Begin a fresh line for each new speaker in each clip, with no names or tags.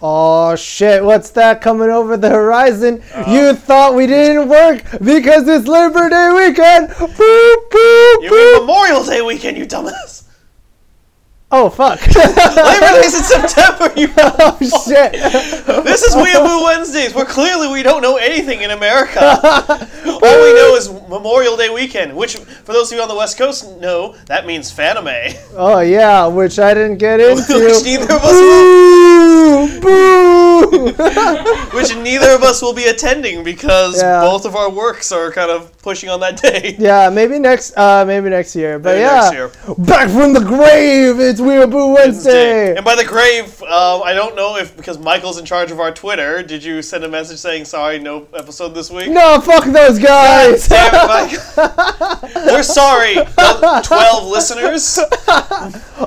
Oh shit, what's that coming over the horizon?
Uh-huh.
you thought we didn't work because it's Labor Day weekend! Boop, boop,
You mean
boop.
Memorial Day weekend, you dumbass.
Oh fuck.
Labor Day's in September, you.
oh shit.
This is Weeaboo Wednesdays, where clearly we don't know anything in America. All we know is Memorial Day weekend, which, for those of you on the West Coast know, that means Fanime.
Oh yeah, which I didn't get
which
into.
neither of us
boo!
will,
Boo!
which neither of us will be attending because
Yeah.
both of our works are kind of pushing on that day.
yeah, maybe next uh maybe next year. But
Maybe
yeah.
next year.
Back from the grave, it's Weeaboo Wednesday.
And by the grave, um, I don't know if because Michael's in charge of our Twitter. Did you send a message saying sorry, no episode this week?
No, fuck those guys!
Damn it, Mike. We're sorry, the twelve listeners.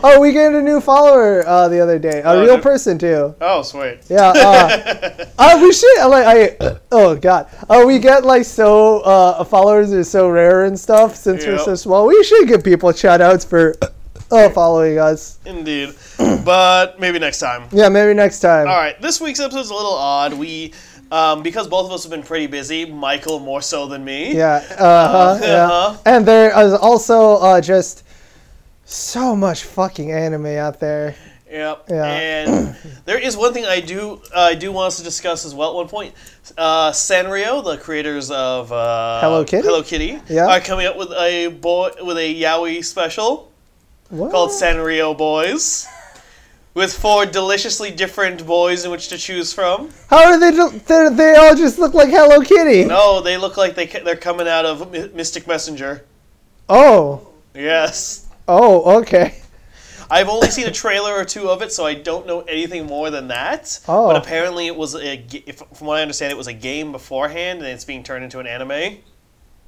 Oh, we gained a new follower uh, the other day. A
Oh,
real
did-
person too.
Oh, sweet.
Yeah. Uh, uh, we should. I Like, I. Oh God. Oh, we get like so. Uh, followers are so rare and stuff. Since we're
Yep.
so small, we should give people shout outs for uh, following us.
Indeed. But maybe next time.
Yeah, maybe next time.
All right, this week's episode's a little odd. We, um, because both of us have been pretty busy, Michael more so than me.
Yeah. Uh huh.
Uh-huh.
Yeah. And there is also uh, just so much fucking anime out there.
Yep.
Yeah.
And there is one thing I do I do want us to discuss as well at one point. Uh, Sanrio, the creators of uh,
Hello Kitty?
Hello Kitty,
Yeah.
are coming up with a boy with a yaoi special
What?
called Sanrio Boys, with four deliciously different boys in which to choose from.
How are they? do- They they all just look like Hello Kitty.
No, they look like they ca- they're coming out of My- Mystic Messenger.
Oh.
Yes.
Oh. Okay.
I've only seen a trailer or two of it, so I don't know anything more than that.
Oh.
But apparently, it was a, g- if, from what I understand, it was a game beforehand, and it's being turned into an anime.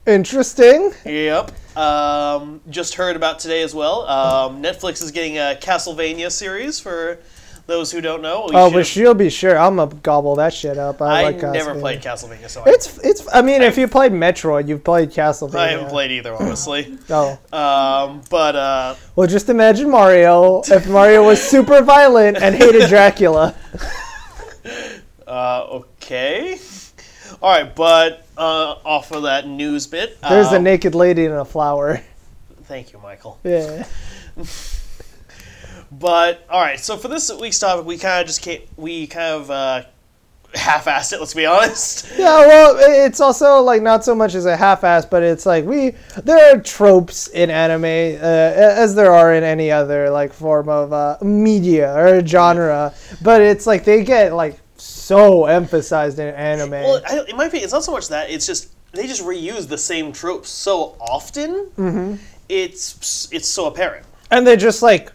Interesting.
Yep. Um, just heard about today as well. Um, Netflix is getting a Castlevania series for those who don't know. You
Oh,
should
but
have-
she'll be sure. I'm gonna gobble that shit up. I,
I
like
never
Castlevania.
played Castlevania, so I-
It's it's. I mean, if you played Metroid, you've played Castlevania.
I haven't played either, honestly.
Oh,
um, but uh,
well, just imagine Mario. If Mario was super violent and hated Dracula.
uh, okay. All right, but uh, off of that news bit,
There's a
um,
naked lady and a flower.
Thank you, Michael.
Yeah.
But all right, so for this week's topic, we kind of just can't. We kind of uh, half-assed it. Let's be honest.
Yeah. Well, i- it's also like not so much as a half-ass, but it's like we there are tropes in anime, uh, a- as there are in any other like form of uh, media or genre. But it's like they get like so emphasized in anime.
Well, I, it might be. It's not so much that. It's just they just reuse the same tropes so often.
Mm-hmm.
It's it's so apparent.
and they just like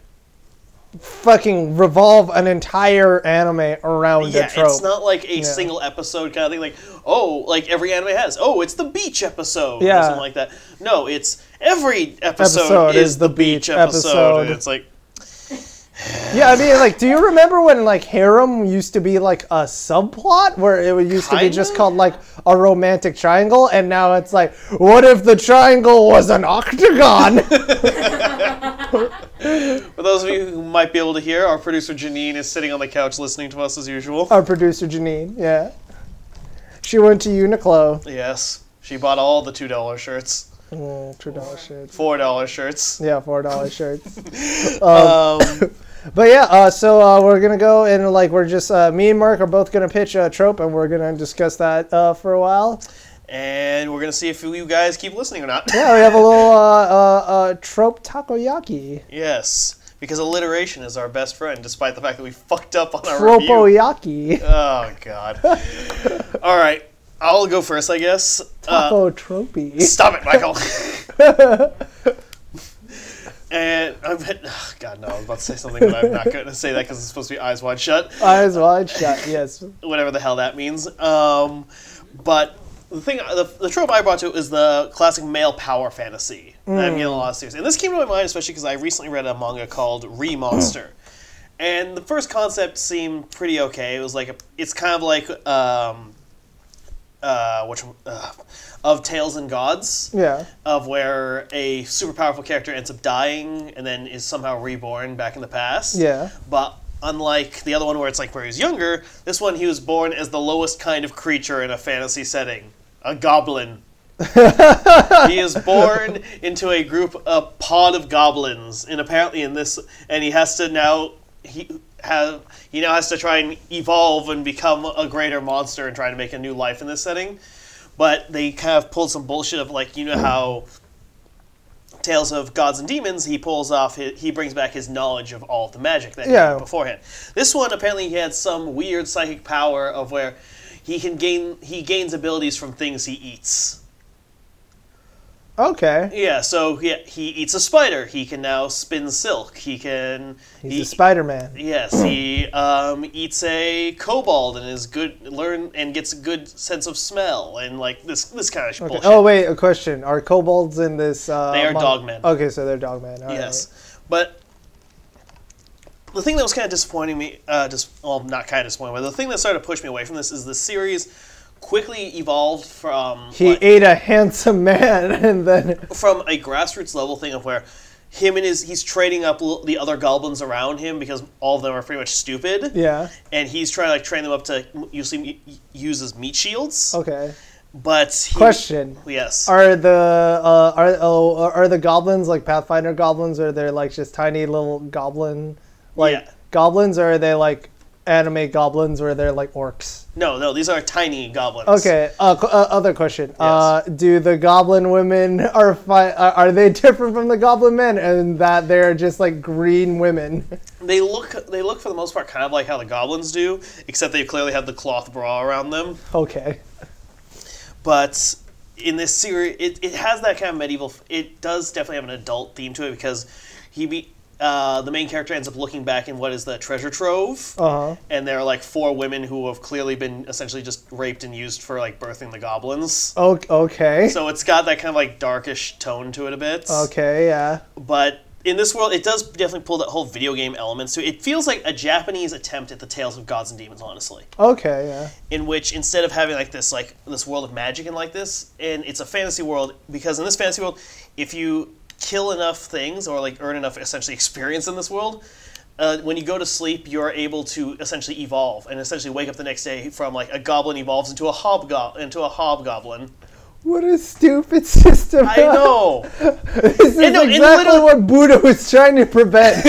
fucking revolve an entire anime around
yeah,
the trope.
it's not like a single episode kind of thing. Like oh, like every anime has. Oh, it's the beach episode. or
Yeah.
something like that. No, it's every episode,
Episode
is the beach episode. And
episode.
it's like
yeah, I mean, like, do you remember when like harem used to be like a subplot where it would- used to be just
Kinda?
called like a romantic triangle, and now it's like, what if the triangle was an octagon?
for those of you who might be able to hear, our producer Janine is sitting on the couch listening to us as usual.
Our producer Janine, yeah, she went to Uniqlo.
Yes. She bought all the two dollar shirts,
Mm, Two dollar shirts.
four dollar shirts.
Yeah, four dollar shirts.
Um,
But yeah, uh, so uh, we're gonna go and like we're just uh, me and Mark are both gonna pitch a trope and we're gonna discuss that uh, for a while.
and we're gonna see if you guys keep listening or not.
Yeah, we have a little uh, uh, uh, trope takoyaki,
Yes, because alliteration is our best friend, despite the fact that we fucked up on our review.
tropoyaki,
Oh God. all right, I'll go first, I guess. Uh,
taco Oh, tropey.
Stop it, Michael. and I'm oh, God. No, I was about to say something, but I'm not gonna say that because it's supposed to be eyes wide shut.
Eyes wide shut. Yes.
whatever the hell that means. Um, but the thing, the, the trope I brought to it is the classic male power fantasy. that I'm getting a lot of serious. And this came to my mind, especially because I recently read a manga called Re Monster. and the first concept seemed pretty okay. It was like, a, it's kind of like, um, uh, which, uh, of Tales and Gods
Yeah.
of where a super powerful character ends up dying and then is somehow reborn back in the past.
Yeah.
But Unlike the other one where it's like where he was younger, this one he was born as the lowest kind of creature in a fantasy setting a goblin. he is born into a group, a pod of goblins, and apparently in this, and he has to now he have he now has to try and evolve and become a greater monster and try to make a new life in this setting. But they kind of pulled some bullshit of like you know how Tales of Gods and Demons, he pulls off his, he brings back his knowledge of all of the magic that he
Yeah.
had beforehand. This one apparently he had some weird psychic power of where he can gain he gains abilities from things he eats.
Okay.
Yeah, so yeah, he eats a spider. He can now spin silk. He can
He's
he-
a Spider Man.
Yes, he um, eats a kobold and is good learn and gets a good sense of smell and like this this kind of bullshit.
Oh wait, a question: Are kobolds in this? Uh,
They are
mon-
dogmen.
Okay, so they're dogmen. All
Yes, but the thing that was kind of disappointing me, uh, just well, not kind of disappointing, but the thing that started to push me away from this is the series quickly evolved from
He
like,
ate a handsome man, and then
from a grassroots level thing of where him and his he's trading up l- the other goblins around him because all of them are pretty much stupid.
yeah.
And he's trying to like train them up to m- use, use as meat shields.
Okay.
But he,
Question:
Yes.
Are the uh, are oh, are the goblins like Pathfinder goblins, or they're like just tiny little goblin like
Yeah.
goblins, or are they like anime goblins where they're like orcs?
no, no, these are tiny goblins.
Okay. Uh, qu- uh, other question: uh, Do the goblin women are fi- uh, are they different from the goblin men, and that they're just like green women?
They look they look for the most part kind of like how the goblins do, except they clearly have the cloth bra around them.
okay.
But in this series, it, it has that kind of medieval. It does definitely have an adult theme to it because he be uh, the main character ends up looking back in what is the treasure trove,
Uh huh.
and there are like four women who have clearly been essentially just raped and used for like birthing the goblins.
O- okay.
So it's got that kind of like darkish tone to it a bit.
Okay. Yeah.
but in this world, it does definitely pull that whole video game element. So it feels like a Japanese attempt at the Tales of Gods and Demons, honestly,
Okay. Yeah.
in which instead of having like this like this world of magic and like this, and it's a fantasy world because in this fantasy world, if you kill enough things or like earn enough essentially experience in this world. Uh, when you go to sleep, you're able to essentially evolve and essentially wake up the next day from like a goblin evolves into a hobgoblin into a hobgoblin.
What a stupid system.
I know.
This is
And no, and
exactly
little-
what Buddha was trying to prevent.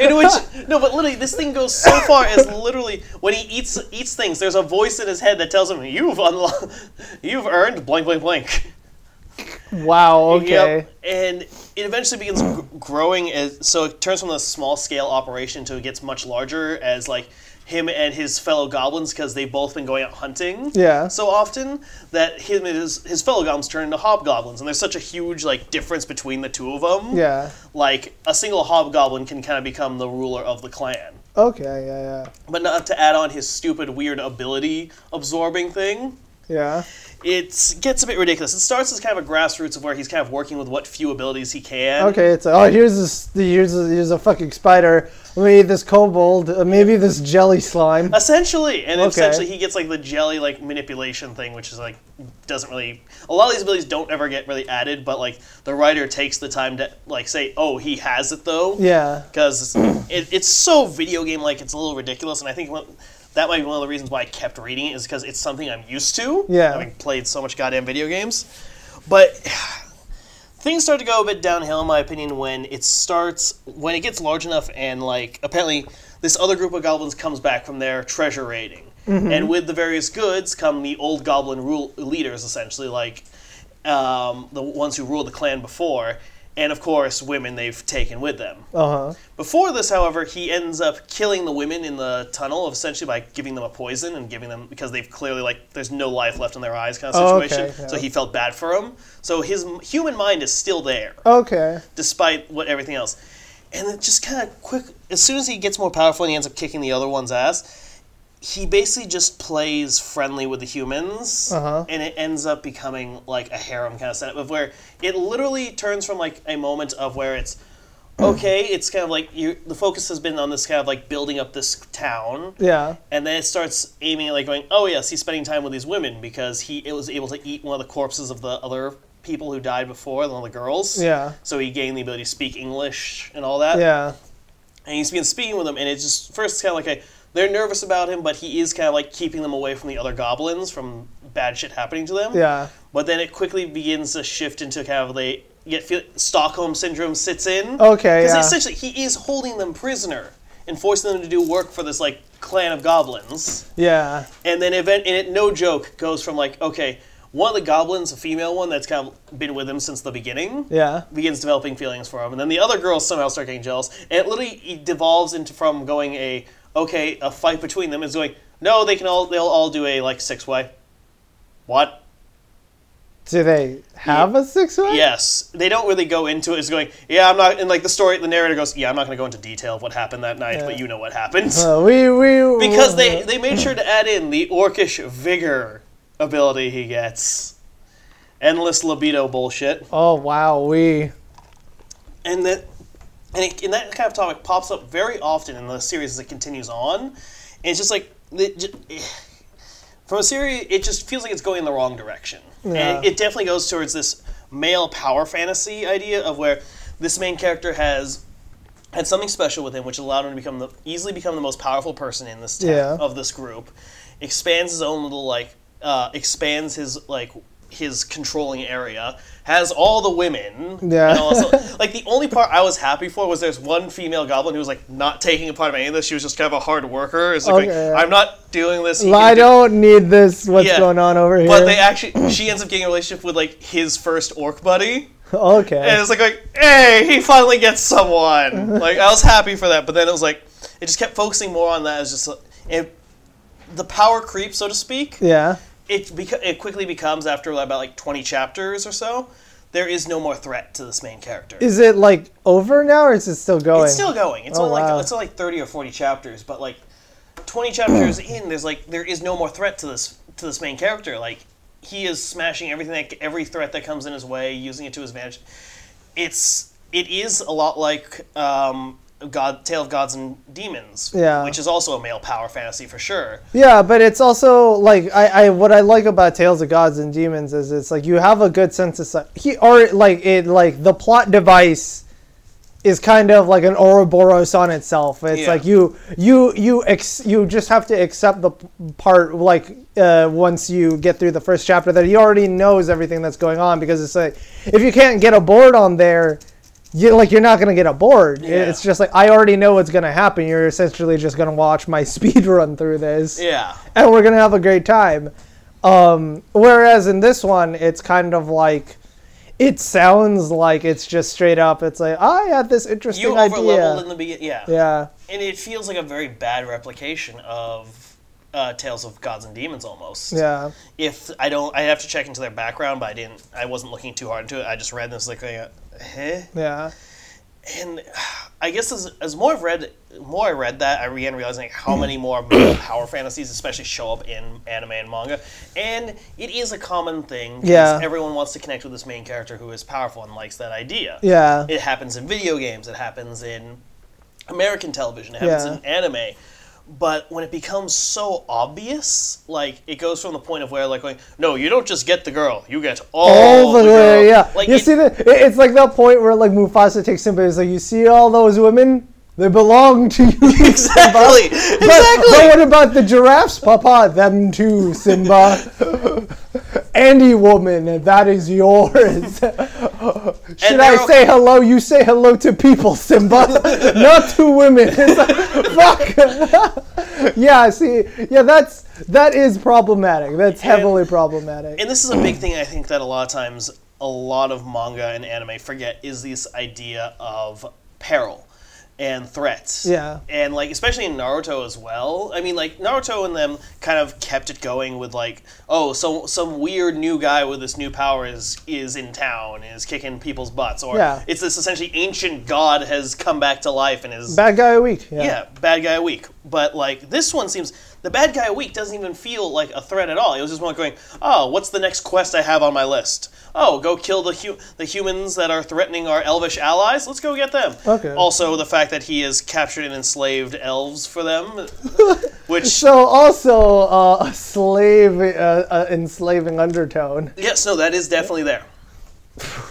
In which no, but literally, this thing goes so far as literally when he eats eats things. There's a voice in his head that tells him, "You've unlocked, you've earned blank, blank, blank."
wow. Okay.
Yep. And it eventually begins gr- growing as so it turns from a small scale operation to it gets much larger as like him and his fellow goblins because they've both been going out hunting
Yeah.
so often that him and his, his fellow goblins turn into hobgoblins and there's such a huge like difference between the two of them
Yeah.
like a single hobgoblin can kind of become the ruler of the clan
Okay. Yeah.
but not to add on his stupid weird ability absorbing thing
Yeah.
it gets a bit ridiculous it starts as kind of a grassroots of where he's kind of working with what few abilities he can
Yeah. Okay. It's oh here's this here's a, here's a fucking spider. Let me eat this kobold. Uh, maybe this jelly slime.
essentially and
Okay.
essentially he gets like the jelly like manipulation thing which is like doesn't really a lot of these abilities don't ever get really added but like the writer takes the time to like say oh he has it though
Yeah.
because it, it's so video game like it's a little ridiculous and i think one, that might be one of the reasons why i kept reading it is because it's something i'm used to
Yeah.
having played so much goddamn video games but things start to go a bit downhill in my opinion when it starts when it gets large enough and like apparently this other group of goblins comes back from their treasure raiding and with the various goods come the old goblin rule leaders essentially like um, the ones who ruled the clan before and of course women they've taken with them
Uh huh.
before this, however, he ends up killing the women in the tunnel, essentially by giving them a poison and giving them because they've clearly like there's no life left in their eyes kind
Oh,
of
okay,
situation. So
yeah.
he felt bad for them. So his m- human mind is still there
Okay.
despite what everything else. And it just kind of quick. As soon as he gets more powerful and he ends up kicking the other one's ass, he basically just plays friendly with the humans,
Uh-huh.
and it ends up becoming like a harem kind of setup of where it literally turns from like a moment of where it's okay, it's kind of like you. The focus has been on this kind of like building up this town,
Yeah.
and then it starts aiming at like going, oh yes, he's spending time with these women because he it was able to eat one of the corpses of the other people who died before, one of the girls.
Yeah.
So he gained the ability to speak English and all that.
Yeah.
and he's been speaking with them, and it's just first kind of like a, they're nervous about him, but he is kind of like keeping them away from the other goblins from bad shit happening to them.
Yeah.
But then it quickly begins to shift into kind of they get feel, Stockholm syndrome sits in.
Okay,
Because
yeah.
essentially he is holding them prisoner and forcing them to do work for this like clan of goblins.
Yeah.
And then event and it no joke goes from like okay, one of the goblins, a female one that's kind of been with him since the beginning
Yeah.
begins developing feelings for him, and then the other girls somehow start getting jealous, and it literally it devolves into from going a okay a fight between them is going no they can all they'll all do a like six way, what
Do they have a six way?
yes they don't really go into it. It's going yeah I'm not and like the story the narrator goes yeah I'm not going to go into detail of what happened that night but you know what happened
Uh, we we
because they they made sure to add in the orcish vigor ability he gets, endless libido bullshit.
Oh wow, we.
and that and, it, and that kind of topic pops up very often in the series as it continues on. And it's just like it, ju- from a series, it just feels like it's going in the wrong direction.
Yeah.
And it, definitely goes towards this male power fantasy idea of where this main character has had something special with him, which allowed him to become the easily become the most powerful person in this town,
Yeah.
of this group. Expands his own little like uh, expands his like his controlling area. Has all the women.
Yeah.
and all also, like the only part I was happy for was there's one female goblin who was like not taking a part of any of this. She was just kind of a hard worker. It's like,
Okay,
going,
yeah.
I'm not doing this. You
I
can do-"
don't need this. What's
Yeah.
going on over here?
But they actually, she ends up getting a relationship with like his first orc buddy, and
okay.
it's like, like, hey, he finally gets someone. like I was happy for that, but then it was like, it just kept focusing more on that as just uh, it, the power creep, so to speak
Yeah.
it beco- it quickly becomes after about like 20 chapters or so there is no more threat to this main character
Is it like over now, or is it still going?
it's still going it's
Oh,
only
wow.
like it's only like 30 or 40 chapters but like 20 chapters in there's like there is no more threat to this to this main character like he is smashing everything that every threat that comes in his way using it to his advantage it's it is a lot like um God, Tale of Gods and Demons,
Yeah.
which is also a male power fantasy for sure.
Yeah, but it's also like I, I what I like about Tales of Gods and Demons is it's like you have a good sense of si- he or like it like the plot device is kind of like an Ouroboros on itself. It's
Yeah.
like you you you ex, you just have to accept the p- part like uh, once you get through the first chapter that he already knows everything that's going on because it's like if you can't get a board on there. You, like you're not gonna get a board.
Yeah.
It's just like I already know what's gonna happen. You're essentially just gonna watch my speed run through this
Yeah,
and we're gonna have a great time. Um, whereas in this one, it's kind of like it sounds like it's just straight up. It's like I had this
you
interesting
overleveled in
idea.
the beginning. Yeah,
yeah,
and it feels like a very bad replication of uh, Tales of Gods and Demons almost.
yeah,
If I don't, I have to check into their background, but I didn't. I wasn't looking too hard into it. I just read this like, uh, eh?
yeah,
and I guess as, as more I've read, more I read that, I began realizing how many more male power fantasies, especially, show up in anime and manga. And it is a common thing. 'cause
Yeah.
Everyone wants to connect with this main character who is powerful and likes that idea.
yeah,
It happens in video games. It happens in American television. It happens
Yeah.
in anime. But when it becomes so obvious, like it goes from the point of where, like, going, no, you don't just get the girl; you get all,
all the
girl."
way. Yeah,
Like,
you
it-
see that? it- It's like that point where like Mufasa takes him, but it's like you see all those women. They belong to you. Simba."
exactly,
But, but
exactly.
what about the giraffes, Papa? Them too, Simba. Any woman, that is yours. Should
And
I
they're o-
say hello? You say hello to people, Simba, not to women. It's like, fuck. yeah, see, yeah, that's that is problematic. That's heavily problematic.
and this is a big thing I think that a lot of times a lot of manga and anime forget is this idea of peril and threats.
Yeah.
And like especially in Naruto as well. I mean like Naruto and them kind of kept it going with like oh so some weird new guy with this new power is is in town and is kicking people's butts or
Yeah.
it's this essentially ancient god has come back to life and is
Bad guy a week.
yeah, bad guy a week. But like this one seems the bad guy a week doesn't even feel like a threat at all. It was just one going, oh, what's the next quest I have on my list? Oh, go kill the hu- the humans that are threatening our elvish allies. Let's go get them.
Okay.
Also, the fact that he has captured and enslaved elves for them, which
So also uh, a slave, uh, uh, enslaving undertone.
yes, no, that is definitely there.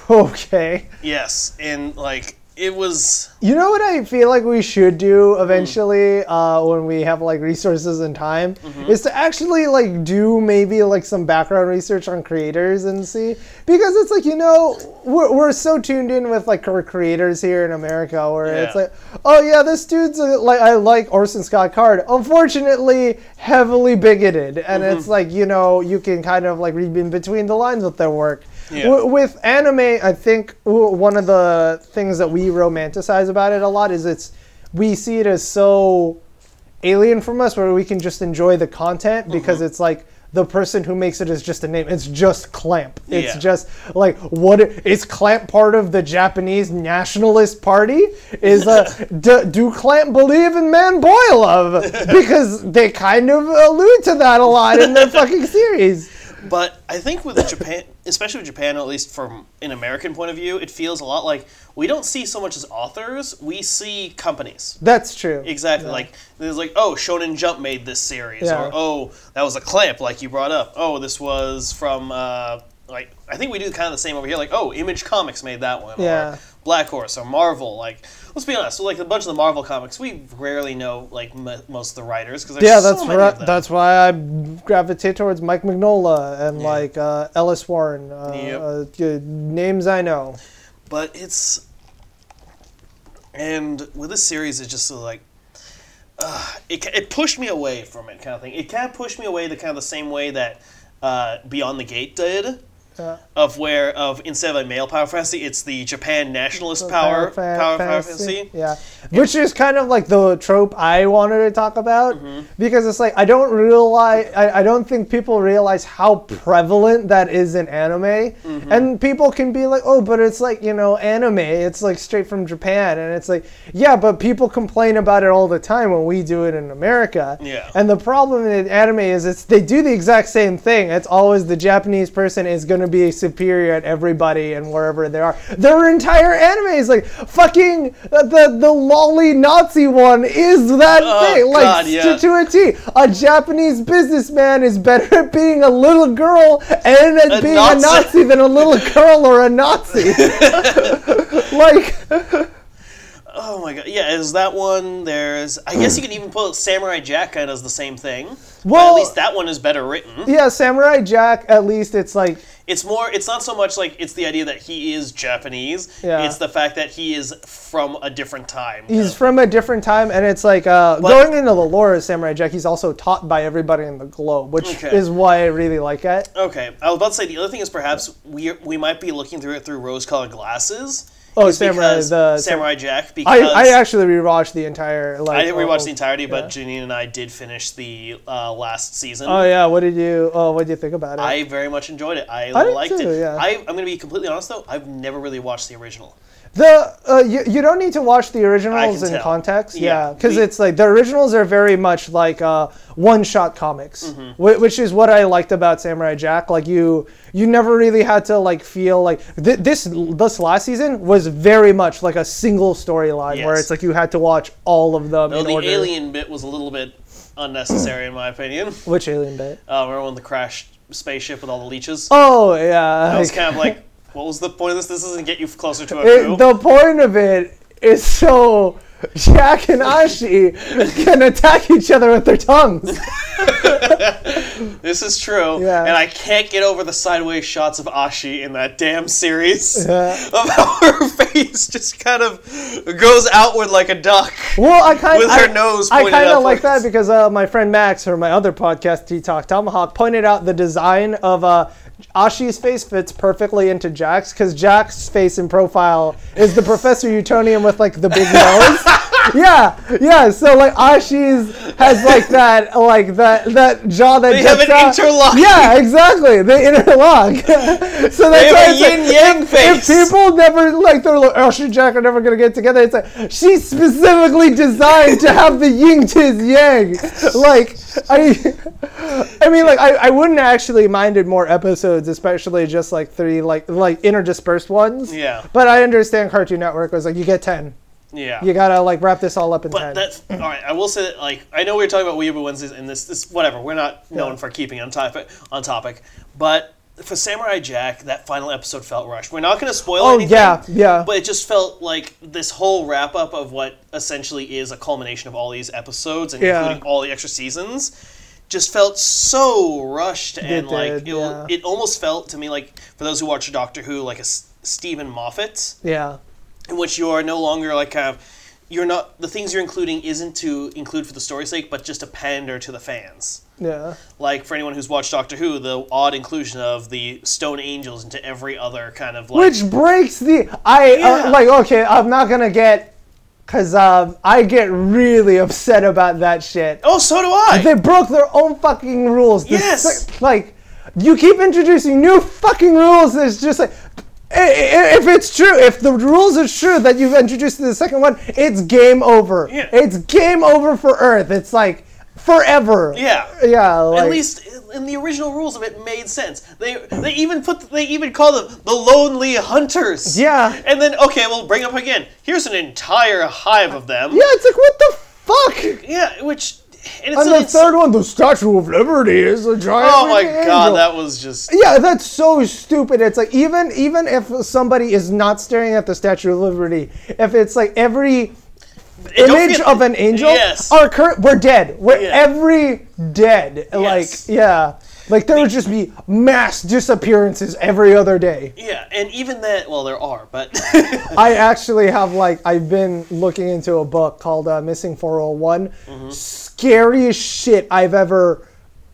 Okay.
Yes, and like it was
You know what I feel like we should do eventually uh, when we have like resources and time is to actually like do maybe like some background research on creators and see because it's like you know we're, we're so tuned in with like our creators here in America where it's
Yeah.
like oh yeah this dude's a, like I like Orson Scott Card unfortunately heavily bigoted and it's like you know you can kind of like read in between the lines with their work
Yeah.
W- with anime, I think w- one of the things that we romanticize about it a lot is it's we see it as so alien from us where we can just enjoy the content
Mm-hmm.
because it's like the person who makes it is just a name. It's just Clamp. It's
Yeah.
just like what is Clamp part of the Japanese Nationalist Party? Is uh, d- do Clamp believe in Man Boy love? Because they kind of allude to that a lot in their fucking series.
But I think with Japan, especially with Japan, at least from an American point of view, it feels a lot like we don't see so much as authors, we see companies.
That's true.
Exactly. Like there's like, oh, Shonen Jump made this series,
Yeah.
or oh, that was a clamp, like you brought up. Oh, this was from uh, like I think we do kind of the same over here. Like oh, Image Comics made that one,
Yeah.
or Black Horse, or Marvel. Like let's be honest, like a bunch of the Marvel comics, we rarely know like m- most of the writers because
Yeah, that's
so many
right.
of them.
That's why I gravitate towards Mike Mignola and like uh, Ellis Warren. Uh,
Yep.
uh, y- names I know.
but it's and with this series it's just sort of like uh, it, ca- it pushed me away from it kind of thing it kind of pushed me away the kind of the same way that uh, beyond the gate did
Yeah.
of where of instead of a male power fantasy it's the japan nationalist power
fa-
power power fantasy
Yeah. Which is kind of like the trope I wanted to talk about
Mm-hmm.
because it's like I don't realize I, I don't think people realize how prevalent that is in anime.
Mm-hmm.
And people can be like, "Oh, but it's like, you know, anime. It's like straight from Japan." And it's like, "Yeah, but people complain about it all the time when we do it in America."
Yeah.
And the problem in anime is it's they do the exact same thing. It's always the Japanese person is going to be superior at everybody and wherever they are. Their entire anime is like fucking uh, the the lolly Nazi one is that
Oh,
thing like
God, yeah.
to, to a T. A Japanese businessman is better at being a little girl and at
A
being a
Nazi.
Nazi than a little girl or a Nazi. like
oh my god yeah is that one there's i guess you can even put samurai jack kind of does the same thing
Well-
well at least that one is better written
yeah, Samurai Jack. At least it's like
it's more it's not so much like it's the idea that he is japanese
Yeah.
it's the fact that he is from a different time
he's from a different time, and it's like uh, going into the lore of Samurai Jack. He's also taught by everybody in the globe, which
Okay.
is why I really like it.
okay i was about to say the other thing is perhaps we we might be looking through it through rose colored glasses
Oh,
is
Samurai-
because-
the-
samurai jack because
I, I actually rewatched the entire. Like,
I didn't rewatch the
oh,
entirety, but Janine and I did finish the uh, last season.
Oh yeah, what did you? Oh, what did you think about it?
I very much enjoyed it. I,
did
liked
too,
it.
yeah.
I, I'm going to be completely honest, though. I've never really watched the original.
The uh, you, you don't need to watch the originals in
tell.
context,
Yeah.
yeah, because
We-
it's like the originals are very much like uh, one-shot comics,
Mm-hmm.
whi- which is what I liked about Samurai Jack. Like you, you never really had to like feel like th- this. This last season was very much like a single storyline where
Yes.
it's like you had to watch all of them
Though
in
the
order.
alien bit was a little bit unnecessary, in my opinion.
Which alien bit?
Uh, remember when the crashed spaceship with all the leeches?
Oh yeah,
I was
like-
kind of like, what was the point of this? This doesn't get you closer to a
It-
coup.
the point of it is so Jack and Ashi can attack each other with their tongues.
This is true.
Yeah.
And I can't get over the sideways shots of Ashi in that damn series.
Yeah.
Of how her face just kind of goes outward like a duck.
Well, I kind
With
I,
her nose
I
pointed
kind of
upwards.
like that because uh, my friend Max from my other podcast, Tea Talk Tomahawk, pointed out the design of uh, Ashi's face fits perfectly into Jack's because Jack's face and profile is the Professor Utonium with like the big nose. yeah, yeah. So like Ashi's has like that, like that that jaw that
They have
juts
an
out.
interlock.
Yeah, exactly. They interlock. so that's
They
why
have a
it's like-
yin yang
if
face.
people never like they're like, oh, she and Jack are never gonna get together. It's like she's specifically designed to have the yin to his yang. Like I, I mean, like I, I wouldn't actually minded more episodes, especially just like three like like interdispersed ones.
Yeah.
But I understand Cartoon Network was like, you get ten.
Yeah.
You gotta like wrap this all up in ten.
But that's all right. I will say that, like, I know we were talking about Weeaboo Wednesdays, and this, this, whatever. We're not known for keeping on topic, on topic, but for Samurai Jack, that final episode felt rushed. We're not going to spoil
Oh,
anything.
yeah, yeah.
But it just felt like this whole wrap up of what essentially is a culmination of all these episodes, and
Yeah.
including all the extra seasons, just felt so rushed and like
did,
it,
yeah.
it almost felt to me like for those who watch Doctor Who, like a S- Stephen Moffat
Yeah.
in which you are no longer like kind of you're not the things you're including isn't to include for the story's sake, but just to pander to the fans.
Yeah.
Like for anyone who's watched Doctor Who, the odd inclusion of the Stone Angels into every other kind of like
Which breaks the I
Yeah.
uh, like okay, I'm not gonna get cause um I get really upset about that shit.
oh, so do I.
They broke their own fucking rules. The
Yes.
sec- like, you keep introducing new fucking rules. It's just like, i- i- if it's true, if the rules are true that you've introduced in the second one, it's game over.
Yeah.
It's game over for Earth. It's like forever.
Yeah.
Yeah. Like,
At least in the original rules of it made sense. They they even put they even call them the Lonely Hunters.
Yeah.
And then okay, we'll bring up again. Here's an entire hive of them.
Yeah. It's like what the fuck.
Yeah, which and
And
it's an
the
ins-
third one, the Statue of Liberty is a giant.
Oh my
freaking
god,
angel.
that was just
Yeah, that's so stupid. It's like even even if somebody is not staring at the Statue of Liberty, if it's like every
And don't
image
forget-
of an angel
Yes.
are cur- we're dead. We're
Yeah.
every dead.
Yes.
Like yeah. Like there would just be mass disappearances every other day.
yeah, and even that. Well, there are, but
I actually have like I've been looking into a book called uh, Missing 401.
Mm-hmm.
Scariest shit I've ever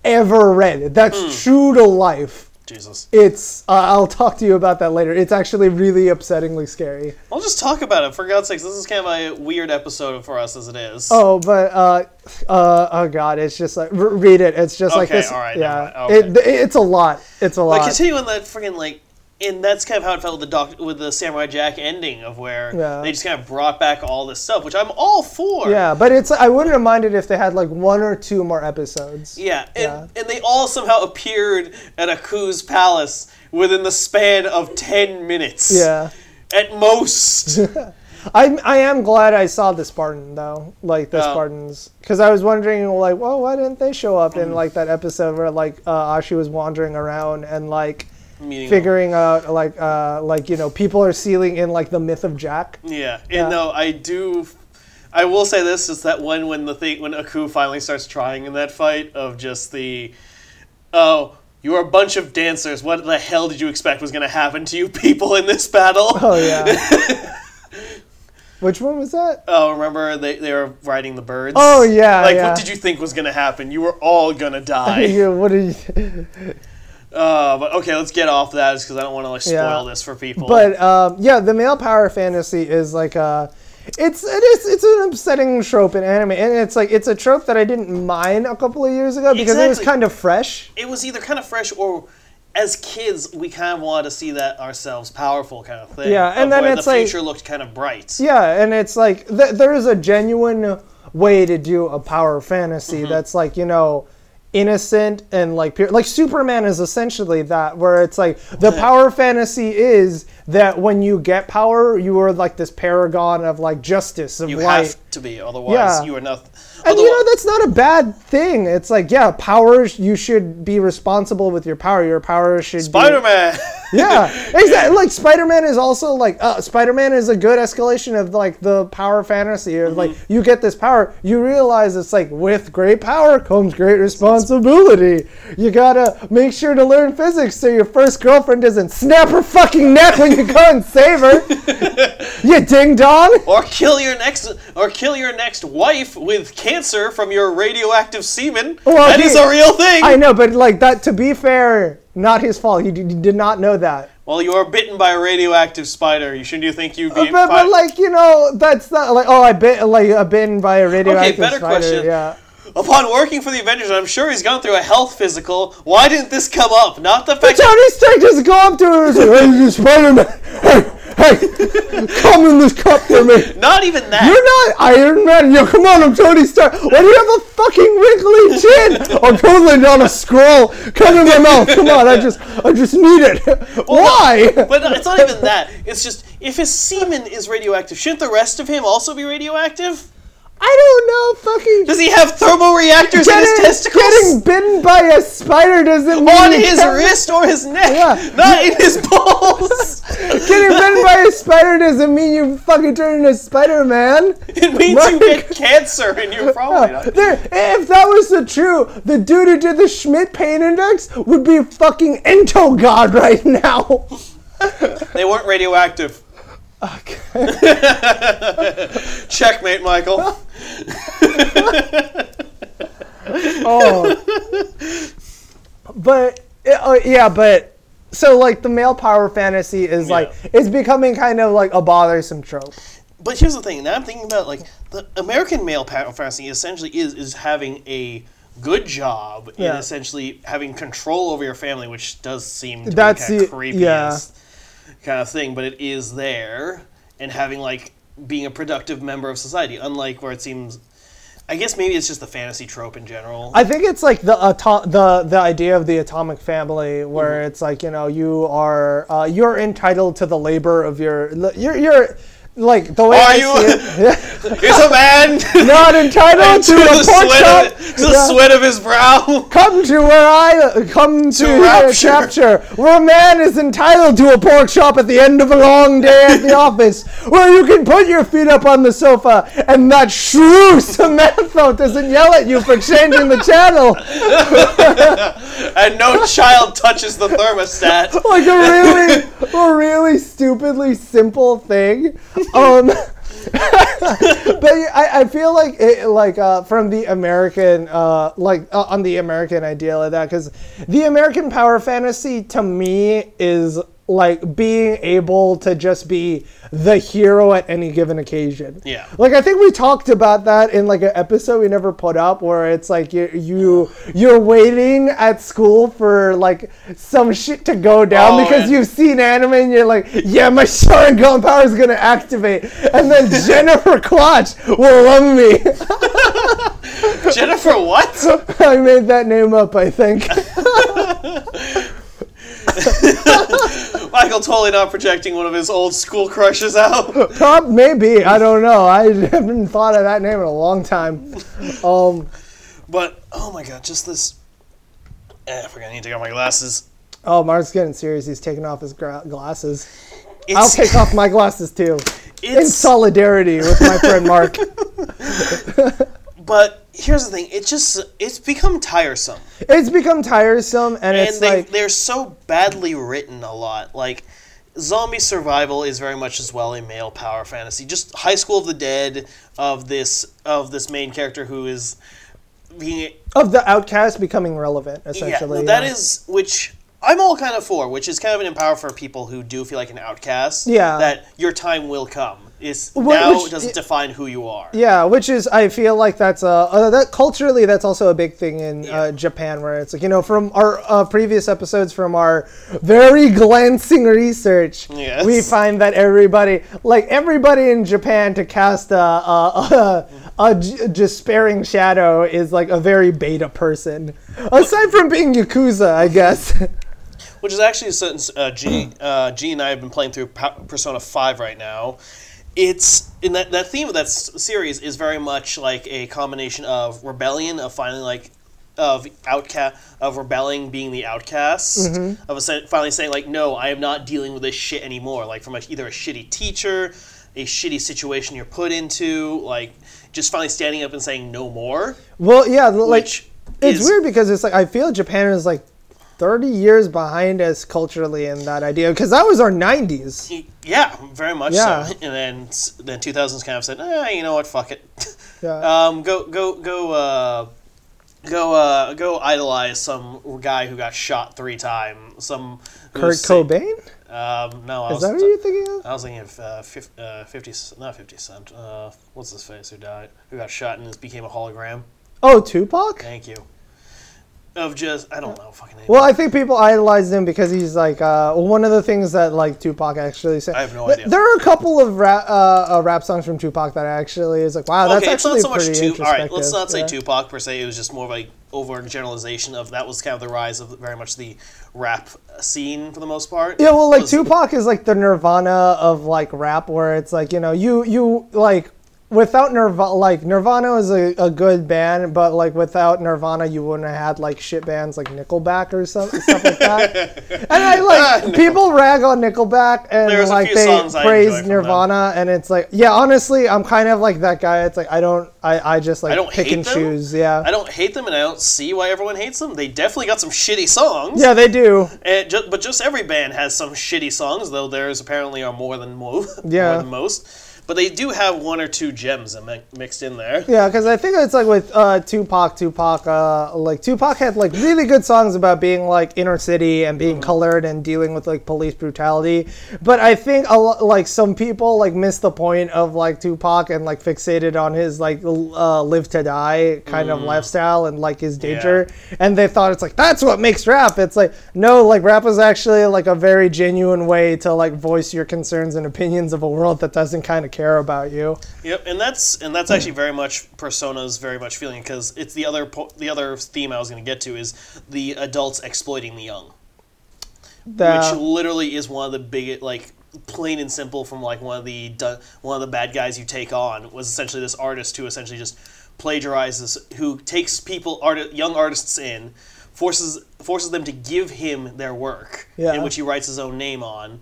ever read. That's
Hmm.
true to life.
Jesus.
It's. Uh, I'll talk to you about that later. It's actually really upsettingly scary.
I'll just talk about it for God's sakes. This is kind of a weird episode for us as it is.
Oh, but uh, uh, oh god, it's just like re- read it. It's just like
Okay,
this.
all right,
yeah,
never mind.
it, it's a lot. It's a
But
lot.
continue on that friggin' like, and that's kind of how it felt with the doc with the Samurai Jack ending of where
Yeah.
they just kind of brought back all this stuff, which I'm all for.
yeah, but it's. I wouldn't have minded if they had like one or two more episodes.
Yeah, and, and they all somehow appeared at Aku's palace within the span of 10 minutes.
Yeah.
At most.
I I am glad I saw the Spartan though, like the
Oh.
Spartans, because I was wondering like, well, why didn't they show up
Mm.
in like that episode where like uh, Ashi was wandering around and like
Meeting up.
figuring out like uh like you know people are sealing in like the myth of Jack.
Yeah, and no, I do. I will say this is that when when the thing when Aku finally starts trying in that fight of just the, oh, you are a bunch of dancers. What the hell did you expect was going to happen to you people in this battle?
Oh yeah. Which one was that?
Oh, remember they they were riding the birds.
Oh, yeah,
Like
yeah.
what did you think was going to happen? You were all going to die.
Yeah, what are you?
uh, but okay, let's get off that because I don't want to like spoil
Yeah.
this for people.
But um, yeah, the male power fantasy is like a, it's it is it's an upsetting trope in anime, and it's like it's a trope that I didn't mind a couple of years ago because it was
Exactly.
kind of fresh.
it was either kind of fresh or. As kids, we kind of wanted to see that ourselves, powerful kind of thing.
Yeah, and
of
then
where
it's
the
like-
future looked kind of bright.
Yeah, and it's like th- there is a genuine way to do a power fantasy
Mm-hmm.
that's like you know innocent and like pure like superman is essentially that where it's like the power fantasy is that when you get power you are like this paragon of like justice of
You
light
have to be, otherwise
Yeah.
you are not.
And you know
otherwi-
that's not a bad thing. It's like yeah, powers. You should be responsible with your power. Your power should
Spider-Man.
be yeah, exactly. Like Spider Man is also like uh, Spider Man is a good escalation of like the power fantasy. Or like
Mm-hmm.
you get this power, you realize it's like with great power comes great responsibility. You gotta make sure to learn physics so your first girlfriend doesn't snap her fucking neck when you go and save her. you ding dong.
or kill your next, or kill your next wife with cancer from your radioactive semen.
Well,
that
he-
is a real thing.
I know, but like that. To be fair, not his fault. He d- did not know that.
well, you are bitten by a radioactive spider. You shouldn't you think you be?
Uh, But, but like you know, that's not like oh I bit like I've been by a radioactive
better
spider.
question.
Yeah.
upon working for the Avengers, I'm sure he's gone through a health physical. Why didn't this come up? Not the fact. that
Tony Stark just gone through and said, "Hey, you Spider-Man! Hey, hey, come in this cup for me."
Not even that.
You're not Iron Man. Yo, come on, I'm Tony Stark. Why do you have a fucking wrinkly chin? I'm totally not a scroll. Come in my mouth. Come on, I just, I just need it. Why?
But no, it's not even that. It's just if his semen is radioactive, shouldn't the rest of him also be radioactive?
I don't know, fucking.
Does he have thermoreactors in his
Getting-
testicles?
Getting bitten by a spider doesn't mean
on
you
his
can't-
wrist or his neck,
Yeah.
not in his balls.
Getting bitten by a spider doesn't mean you fucking turn into Spider Man.
it means you get cancer, and you're probably not.
There, if that was the true, the dude who did the Schmidt Pain Index would be fucking Ento God right now.
They weren't radioactive.
Okay.
Checkmate, Michael.
Oh. but uh, yeah, but so like the male power fantasy is like it's becoming kind of like a bothersome trope.
But here's the thing. Now I'm thinking about like the American male power fantasy essentially is is having a good job
Yeah.
and essentially having control over your family, which does seem to
That's
be kind
the-
of creepy
yeah.
kind of thing. But it is there and having like being a productive member of society, unlike where it seems. I guess maybe it's just the fantasy trope in general.
I think it's like the ato- the the idea of the atomic family,
Mm-hmm.
where it's like you know you are uh, you're entitled to the labor of your you're you're like the way
Are
I
you?
see it,
Here's a man
not entitled to,
to
the,
the
pork
sweat
chop.
of, to the
Yeah.
sweat of his brow.
Come to where I come to, here,
rapture.
capture, where a man is entitled to a pork chop at the end of a long day at the office, where you can put your feet up on the sofa and that shrew Samantha doesn't yell at you for changing the channel.
And no child touches the thermostat.
like a really a really stupidly simple thing um but I, I feel like it like uh, from the american uh, like uh, on the american ideal of that because the american power fantasy to me is like being able to just be the hero at any given occasion
Yeah.
like i think we talked about that in like an episode we never put up where it's like you, you you're waiting at school for like some shit to go down
Oh,
Um, because
and-
you've seen anime and you're like yeah my sharingan power is gonna activate and then jennifer clutch will love me
Jennifer, what?
i made that name up i think
Michael totally not projecting one of his old school crushes out.
Prob- maybe i don't know i haven't thought of that name in a long time um
But oh my god, just this. Eh, I forgot I need to take off my glasses.
oh mark's getting serious he's taking off his gra- glasses i'll
It's,
take off my glasses too in
it's
solidarity with my friend Mark.
but here's the thing. It just it's become tiresome,
it's become tiresome, and,
and
it's
they
like
they're so badly written a lot. Like zombie survival is very much as well a male power fantasy. Just High School of the Dead of this of this main character who is being
of the outcast becoming relevant, essentially.
Yeah, no, that
yeah.
is which I'm all kind of for, which is kind of an empower for people who do feel like an outcast.
Yeah.
that your time will come. It's
Wha-
now
which-
it doesn't define who you are.
Yeah, which is I feel like that's a uh, that culturally that's also a big thing in uh,
Yeah.
Japan where it's like you know from our uh, previous episodes from our very glancing research
Yes.
we find that everybody like everybody in Japan to cast a a, a, a j- despairing shadow is like a very beta person aside from being yakuza I guess.
Which is actually since uh, G uh, G and I have been playing through Pa- Persona Five right now. It's in that that theme of that s- series is very much like a combination of rebellion of finally like of outcast of rebelling being the outcast
Mm-hmm.
of a, sen- finally saying like no I am not dealing with this shit anymore like from a, either a shitty teacher a shitty situation you're put into like just finally standing up and saying no more
Well, yeah, l- like
Which
it's
is-
weird because it's like I feel Japan is like 30 years behind us culturally in that idea because that was our 90s.
Yeah, very much
Yeah.
so. And then s- then 2000s kind of said, eh, you know what, fuck it.
Yeah.
Um, go go go uh, go uh, go idolize some guy who got shot three times. Some who
Kurt
was sa-
Cobain?
Um, no, I
Is
was,
that what you're thinking of?
I was thinking of uh, fif- uh, 50, c- not 50 Cent. Uh, what's his face who died? Who got shot and just became a hologram?
Oh, Tupac?
Thank you. Of just I don't know fucking. name.
Well, I think people idolized him because he's like uh, one of the things that like Tupac actually said.
I have no
Th-
idea.
There are a couple of rap, uh, uh, rap songs from Tupac that actually is like, wow, that's
okay, it's
actually
not so much
pretty
Tupac. All right, let's
introspective.
not say
Yeah.
Tupac per se. It was just more of like over generalization of that was kind of the rise of very much the rap scene for the most part.
Yeah, well, like
Was-
Tupac is like the Nirvana of like rap, where it's like you know you you like without Nirvana, like Nirvana is a, a good band, but like without Nirvana, you wouldn't have had like shit bands like Nickelback or some, stuff like that. and I like
Ah, Nickel-
people rag on Nickelback and
There's a
like
few
they
songs I enjoy
praise
from
Nirvana, and it's like yeah, honestly, I'm kind of like that guy. It's like I don't, I, I just like
I don't
pick
hate
and
them.
choose. Yeah,
I don't hate them, and I don't see why everyone hates them. They definitely got some shitty songs.
yeah, they do.
And ju- but just every band has some shitty songs, though theirs apparently are more than mo-
Yeah.
more than most. But they do have one or two gems mi- mixed in there.
Yeah, because I think it's like with uh, Tupac. Tupac, uh, like Tupac had like really good songs about being like inner city and being colored and dealing with like police brutality. But I think a lo- like some people like miss the point of like Tupac and like fixated on his like l- uh, live to die kind of lifestyle and like his danger, and they thought it's like that's what makes rap. It's like no, like rap is actually like a very genuine way to like voice your concerns and opinions of a world that doesn't kind of care about you.
Yep, and that's and that's actually very much Persona's very much feeling because it's the other po- the other theme I was going to get to is the adults exploiting the young,
That-
which literally is one of the biggest like plain and simple from like one of the du- one of the bad guys you take on was essentially this artist who essentially just plagiarizes who takes people art- young artists in forces forces them to give him their work
Yeah.
in which he writes his own name on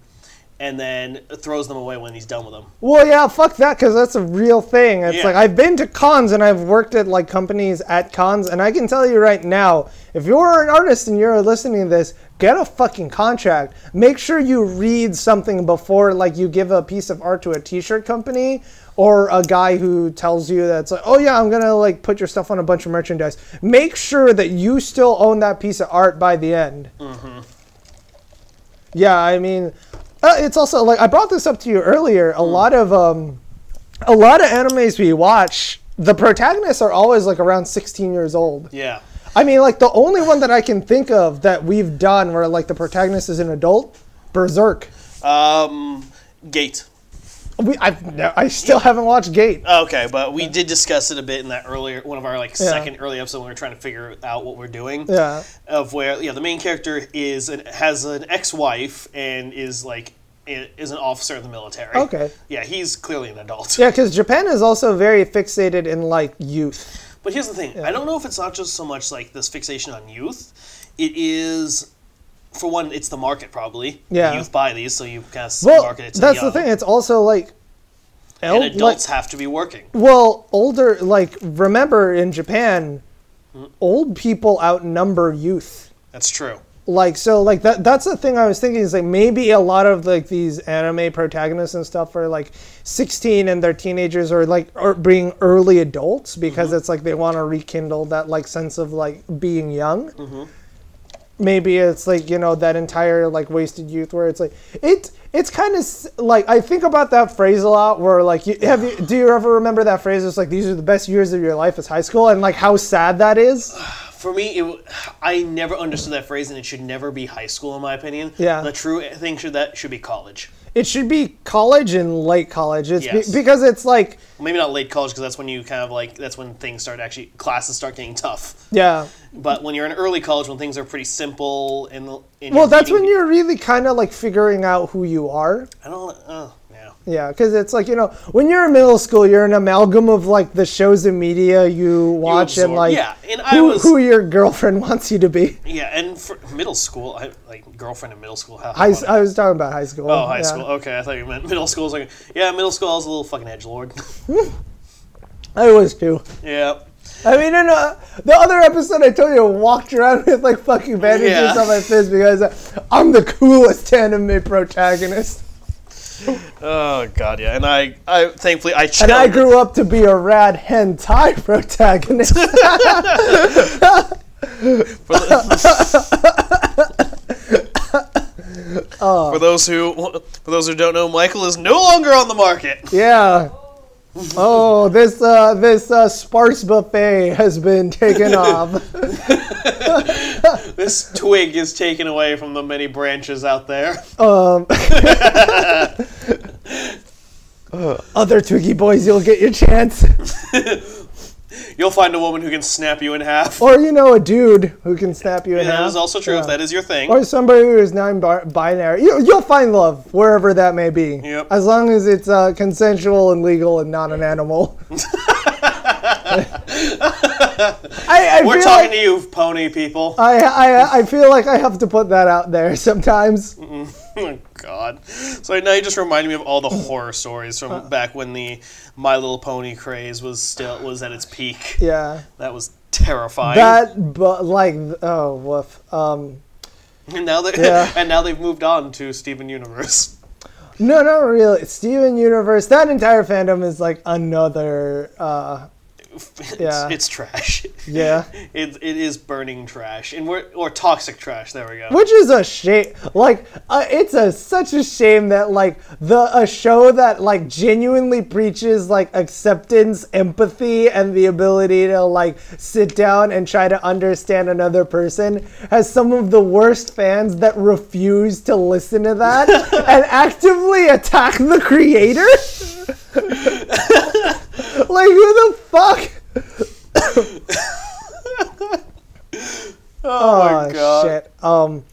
and then throws them away when he's done with them
Well, yeah, fuck that, because that's a real thing. It's
Yeah.
like I've been to cons and I've worked at like companies at cons, and I can tell you right now, if you're an artist and you're listening to this, get a fucking contract. Make sure you read something before like you give a piece of art to a t-shirt company or a guy who tells you that's like, oh yeah, I'm gonna like put your stuff on a bunch of merchandise. Make sure that you still own that piece of art by the end. Yeah, I mean, uh, it's also like I brought this up to you earlier. A
Hmm.
lot of um, a lot of animes we watch, the protagonists are always like around 16 years old.
yeah
I mean, like the only one that I can think of that we've done where like the protagonist is an adult, Berserk.
um gate
We I've no, I still haven't watched Gate.
Okay, but we did discuss it a bit in that earlier one of our like
Yeah.
second early episode when we were trying to figure out what we're doing.
Yeah.
Of where yeah, the main character is an, has an ex-wife and is like i- is an officer in the military.
Okay.
Yeah, he's clearly an adult.
Yeah, because Japan is also very fixated in like youth.
But here's the thing: I don't know if it's not just so much like this fixation on youth. It is, for one, it's the market probably.
Yeah.
Youth buy these, so you kind of
Well,
market it to
that's
the,
the
young.
thing. It's also like el-
And
like-
adults have to be working.
Well, older, like, remember in Japan, old people outnumber youth.
That's true.
Like, so, like, that, that's the thing I was thinking is like maybe a lot of like these anime protagonists and stuff are like 16 and they're teenagers or like are being early adults because it's like they want to rekindle that like sense of like being young maybe it's like you know that entire like wasted youth where it's like it it's kind of like I think about that phrase a lot where like you have you do you ever remember that phrase it's like these are the best years of your life is high school and like how sad that is
For me, it, w- I never understood that phrase, and it should never be high school, in my opinion.
Yeah.
The true thing should that should be college.
it should be college and late college it's
Yes.
be, because it's like
Maybe not late college, because that's when you kind of like that's when things start actually classes start getting tough.
yeah
But when you're in early college, when things are pretty simple and, and
well that's when
eating-
you're really kind of like figuring out who you are
I don't. Oh, yeah.
yeah because it's like you know when you're in middle school you're an amalgam of like the shows and media you watch and
absorb-
like
yeah, and I
who,
was-
who your girlfriend wants you to be
Yeah, and for middle school, I like girlfriend in middle school. How
High,
how-
I was talking about high school.
Oh, high
yeah.
school. Okay, I thought you meant middle school. I was like, yeah, middle school. I was a little fucking edge lord.
I was too.
yeah.
I mean, in uh, the other episode, I told you I walked around with like fucking bandages
Yeah.
on my fist because uh, I'm the coolest anime protagonist,
Oh god, yeah. And I, I thankfully I.
and I
chilled.
grew up to be a rad hentai protagonist.
For, the- For those who for those who don't know, Michael is no longer on the market.
yeah. Oh, this uh, this uh, sparse buffet has been taken off.
This twig is taken away from the many branches out there.
Other Twiggy boys, you'll get your chance.
You'll find a woman who can snap you in half.
Or you know, a dude who can snap you in half.
that is also true
Yeah.
if that is your thing.
Or somebody who is non-binary. You, you'll find love wherever that may be,
Yep.
as long as it's uh, consensual and legal and not an animal. I, I
We're
feel
talking
like-
to you, pony people.
I, I I feel like I have to put that out there sometimes.
Oh God! So now you just reminded me of all the horror stories from back when the My Little Pony craze was still was at its peak.
Yeah,
That was terrifying.
that but like oh woof. Um,
and now they
Yeah.
and now they've moved on to Steven Universe.
no, not really. Steven Universe. That entire fandom is like another. Uh,
It's,
Yeah.
it's trash.
yeah.
It, it is burning trash, and we're or toxic trash. There we go.
Which is a shame. Like, uh, it's a such a shame that like the a show that like genuinely preaches like acceptance, empathy, and the ability to like sit down and try to understand another person has some of the worst fans that refuse to listen to that and actively attack the creator. like, who the fuck?
Oh, my God!
shit. Um,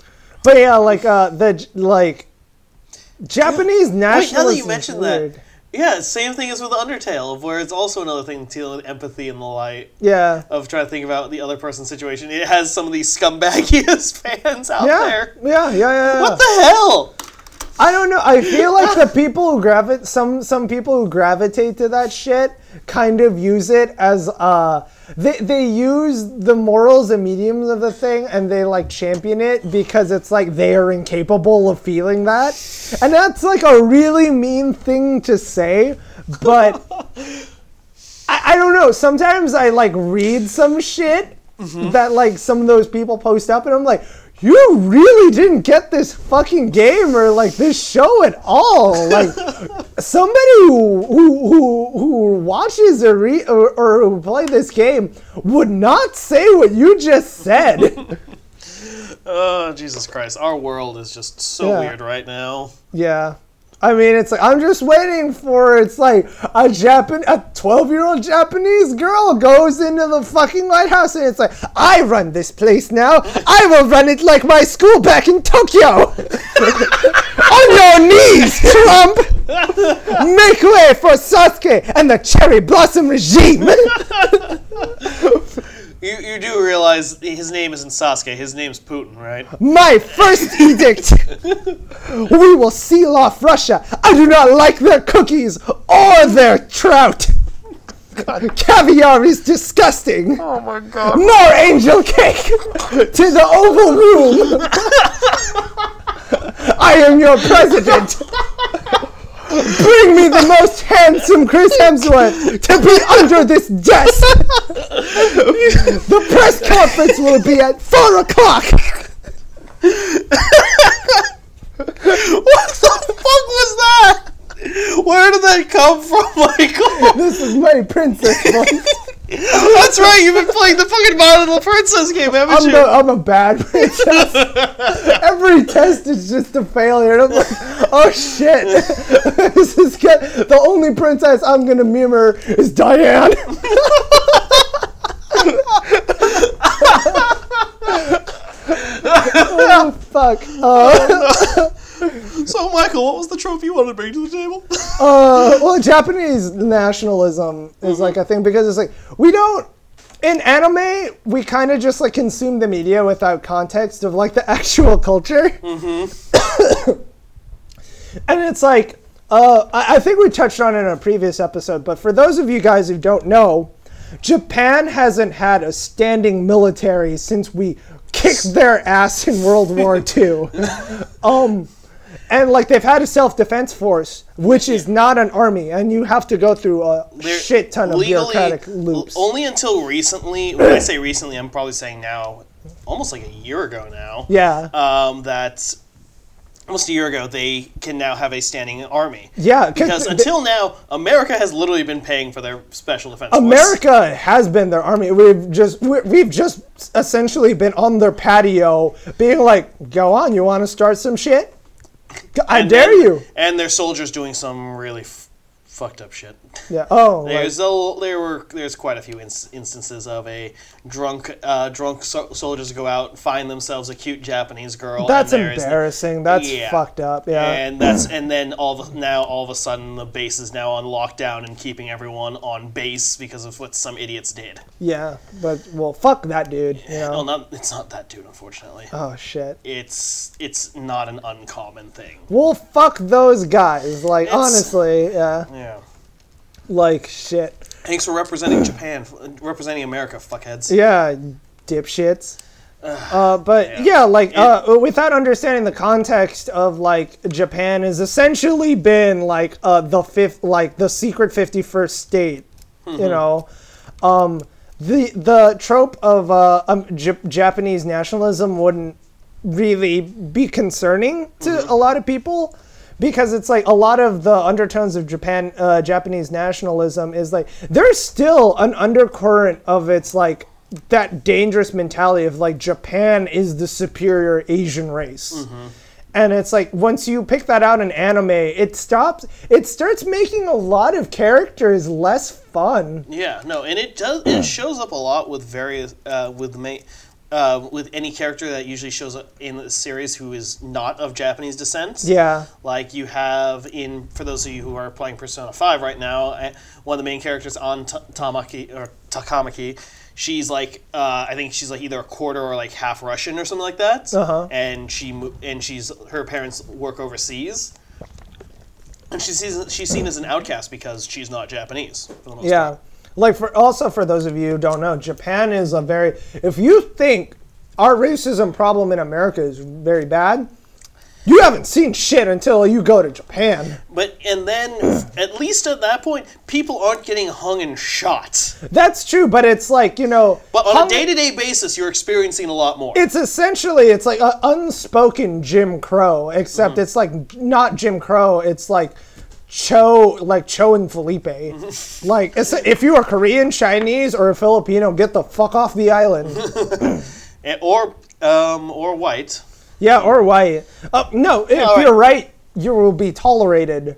but yeah, like uh, the J- like Japanese
Wait, now
nationalism.
that
is
you mentioned
weird.
that, yeah, same thing as with Undertale, of where it's also another thing dealing with empathy and the light.
yeah,
Of trying to think about the other person's situation, it has some of the scumbaggiest fans out
yeah,
there.
yeah, yeah, yeah. yeah.
What the hell?
I don't know. I feel like the people who gravitate some some people who gravitate to that shit kind of use it as uh they they use the morals and mediums of the thing and they like champion it because it's like they are incapable of feeling that. And that's like a really mean thing to say, but I, I don't know. Sometimes I like read some shit that like some of those people post up, and I'm like, you really didn't get this fucking game or like this show at all. Like somebody who who who, who watches or, re- or or who played this game would not say what you just said.
Oh, Jesus Christ. Our world is just so
Yeah.
weird right now.
yeah. I mean, it's like I'm just waiting for it's like a Japan, a 12 year old Japanese girl goes into the fucking White House and it's like I run this place now. I will run it like my school back in Tokyo. On your knees, Trump. Make way for Sasuke and the cherry blossom regime.
You, you do realize his name isn't Sasuke, his name's Putin, right?
My first edict. we will seal off Russia. I do not like their cookies or their trout. Caviar is disgusting.
Oh my god.
More angel cake to the Oval Room. I am your president. Bring me the most handsome Chris Hemsworth to be under this desk. the press conference will be at 4 o'clock.
What the fuck was that? Where did that come from, Michael?
This is my princess voice.
That's right, you've been playing the fucking My Little Princess game, haven't
I'm,
you?
the, I'm a bad princess. Every test is just a failure. And I'm like, oh shit. this is good. The only princess I'm going to mirror is Diane. oh, fuck. Uh,
So, Michael, what was the trophy you wanted to bring to the table?
uh, well, Japanese nationalism is like a thing because it's like we don't in anime we kind of just like consume the media without context of like the actual culture. and it's like uh, I, I think we touched on it in a previous episode, but for those of you guys who don't know, Japan hasn't had a standing military since we kicked their ass in World War II. um, and like they've had a self-defense force, which is not an army, and you have to go through a
There-
shit ton of
legally,
bureaucratic loops.
Only until recently, when I say recently, I'm probably saying now, almost like a year ago now.
Yeah.
Um, that almost a year ago, they can now have a standing army.
Yeah, 'cause
Because
th-
until now, America has literally been paying for their special defense. force.
America has been their army. We've just we- we've just essentially been on their patio, being like, "Go on, you want to start some shit? G- I
And
dare
then-
you."
And their soldiers doing some really f- fucked up shit.
Yeah. Oh, like,
There's a, there were there's quite a few ins- instances of a drunk uh, drunk so- soldiers go out and find themselves a cute Japanese girl.
that's
and there is-
embarrassing. That's
Yeah.
fucked up. Yeah.
And that's and then all of, now all of a sudden the base is now on lockdown and keeping everyone on base because of what some idiots did.
yeah. But well, fuck that dude. You know.
Well, not it's not that dude, unfortunately.
Oh shit.
It's it's not an uncommon thing.
Well, fuck those guys. Like
It's-
honestly, yeah.
Yeah.
Like shit.
Thanks for representing Japan, f- representing America, fuckheads.
Yeah, dipshits. Uh, but yeah, like uh, without understanding the context of like Japan has essentially been like uh, the fifth, like the secret fifty-first state, you know, um, the the trope of uh, um, J- Japanese nationalism wouldn't really be concerning to a lot of people because it's like a lot of the undertones of Japan uh, Japanese nationalism is like there's still an undercurrent of its like that dangerous mentality of like Japan is the superior Asian race. And it's like once you pick that out in anime, it stops. It starts making a lot of characters less fun.
Yeah, no, and it does. It shows up a lot with various uh, with the main. Uh, with any character that usually shows up in the series who is not of Japanese descent,
Yeah,
like you have in for those of you who are playing Persona Five right now, eh, one of the main characters on Ta- Tamaki or Takamaki, she's like uh, I think she's like either a quarter or like half Russian or something like that,
Uh-huh.
and she mo- and she's her parents work overseas, and she's seen- she's seen as an outcast because she's not Japanese. For the most part.
yeah. Like for also for those of you who don't know, Japan is a very. If you think our racism problem in America is very bad, you haven't seen shit until you go to Japan.
But and then at least at that point, people aren't getting hung and shot.
That's true, but it's like you know.
But on
hung-
a day-to-day basis, you're experiencing a lot more.
it's essentially it's like an unspoken Jim Crow, except
Mm-hmm.
it's like not Jim Crow. It's like Cho, like Cho and Felipe. like it's, if you are Korean, Chinese, or a Filipino, get the fuck off the island.
Eh, or um, or white.
yeah, or white. Uh, no, if
all right. Hmm.
you're right, you will be tolerated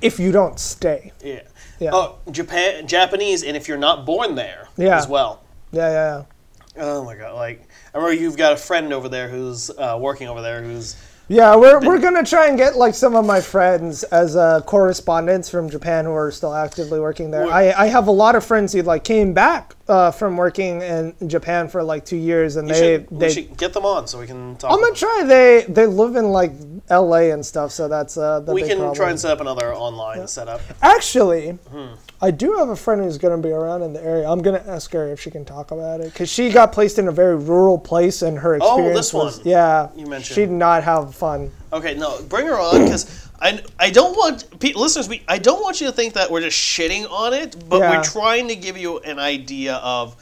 if you don't stay.
Yeah.
Yeah.
Oh, Japan, Japanese, and if you're not born there,
Yeah.
as well.
Yeah, yeah, yeah.
Oh my god! Like I remember, you've got a friend over there who's uh, working over there who's.
Yeah, we're, we're gonna try and get like some of my friends as uh, correspondents from Japan who are still actively working there.
Wha-
I, I have a lot of friends who like came back uh, from working in Japan for like two years, and
we
they
should, we
they
should get them on so we can talk.
I'm gonna
about it.
try. They they live in like L.A. and stuff, so that's uh, the
We
big
can
problem.
try and set up another online setup.
Actually,
Hmm.
I do have a friend who's going to be around in the area. I'm going to ask her if she can talk about it because she got placed in a very rural place and her
Oh,
experience
this one.
was yeah.
You mentioned.
she did not have fun.
Okay, no, bring her on because I, I don't want pe- listeners. We I don't want you to think that we're just shitting on it, but
Yeah.
we're trying to give you an idea of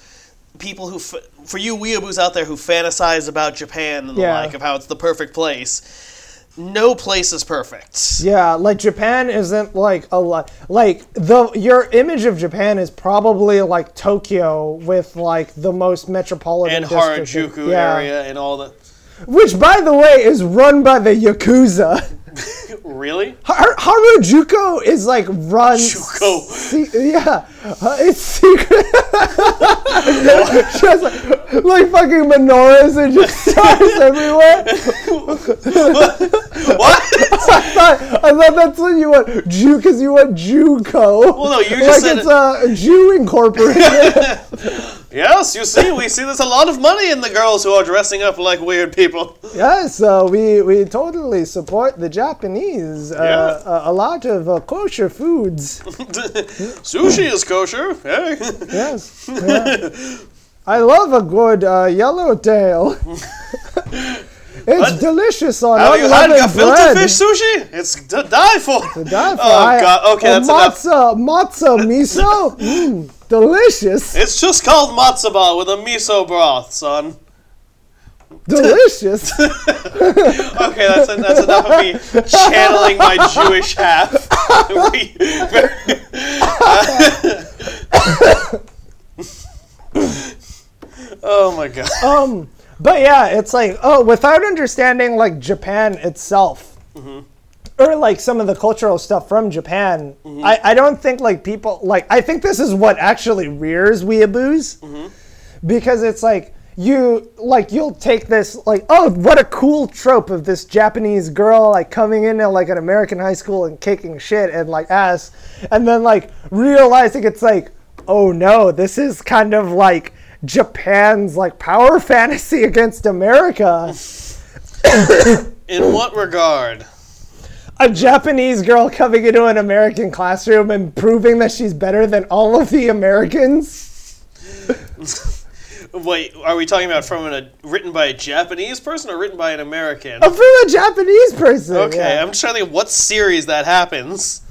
people who f- for you weeaboos out there who fantasize about Japan and
Yeah.
the like of how it's the perfect place. No place is perfect.
Yeah, like Japan isn't like a lot. Like the your image of Japan is probably like Tokyo with like the most metropolitan
And
district.
Harajuku
Yeah.
area and all the
which by the way is run by the yakuza.
really
Har- Harajuku is like run.
Juko.
se- yeah, uh, it's secret. just like, like fucking menorahs and just stars everywhere.
what?
I thought, I thought that's what you want, Jew, because you want Juco.
Well, no, you
like
just said
it's
it-
uh, Jew Incorporated.
yes, you see, we see there's a lot of money in the girls who are dressing up like weird people.
yeah, so we we totally support the Japanese. Uh,
Yeah.
uh, a lot of uh, kosher foods.
Sushi is kosher. eh?
Yes. yeah. I love a good uh, yellowtail. it's delicious on
Have Oh, you had
unleavened
gefilte
bread.
fish sushi? It's to die for. To
Die for-
Oh
I-
god. Okay,
a
that's enough.
matzo, matzo miso, mm, delicious,
It's just called matzaba with a miso broth, son.
delicious.
Okay, that's, that's enough of me channeling my Jewish half. We- oh my god.
um,
Mm-hmm.
but yeah, it's like oh, without understanding like Japan itself, or like some of the cultural stuff from Japan,
Mm-hmm.
I, I don't think like people like I think this is what actually rears weeaboos because it's like you like you'll take this like oh what a cool trope of this Japanese girl like coming in at like an American high school and kicking shit and like ass and then like realizing it's like oh no this is kind of like Japan's like power fantasy against America
In what regard?
a Japanese girl coming into an American classroom and proving that she's better than all of the Americans.
Wait, are we talking about from an, a written by a Japanese person or written by an American?
From a Japanese person.
Okay,
Oh, yeah.
I'm trying to think of what series that happens.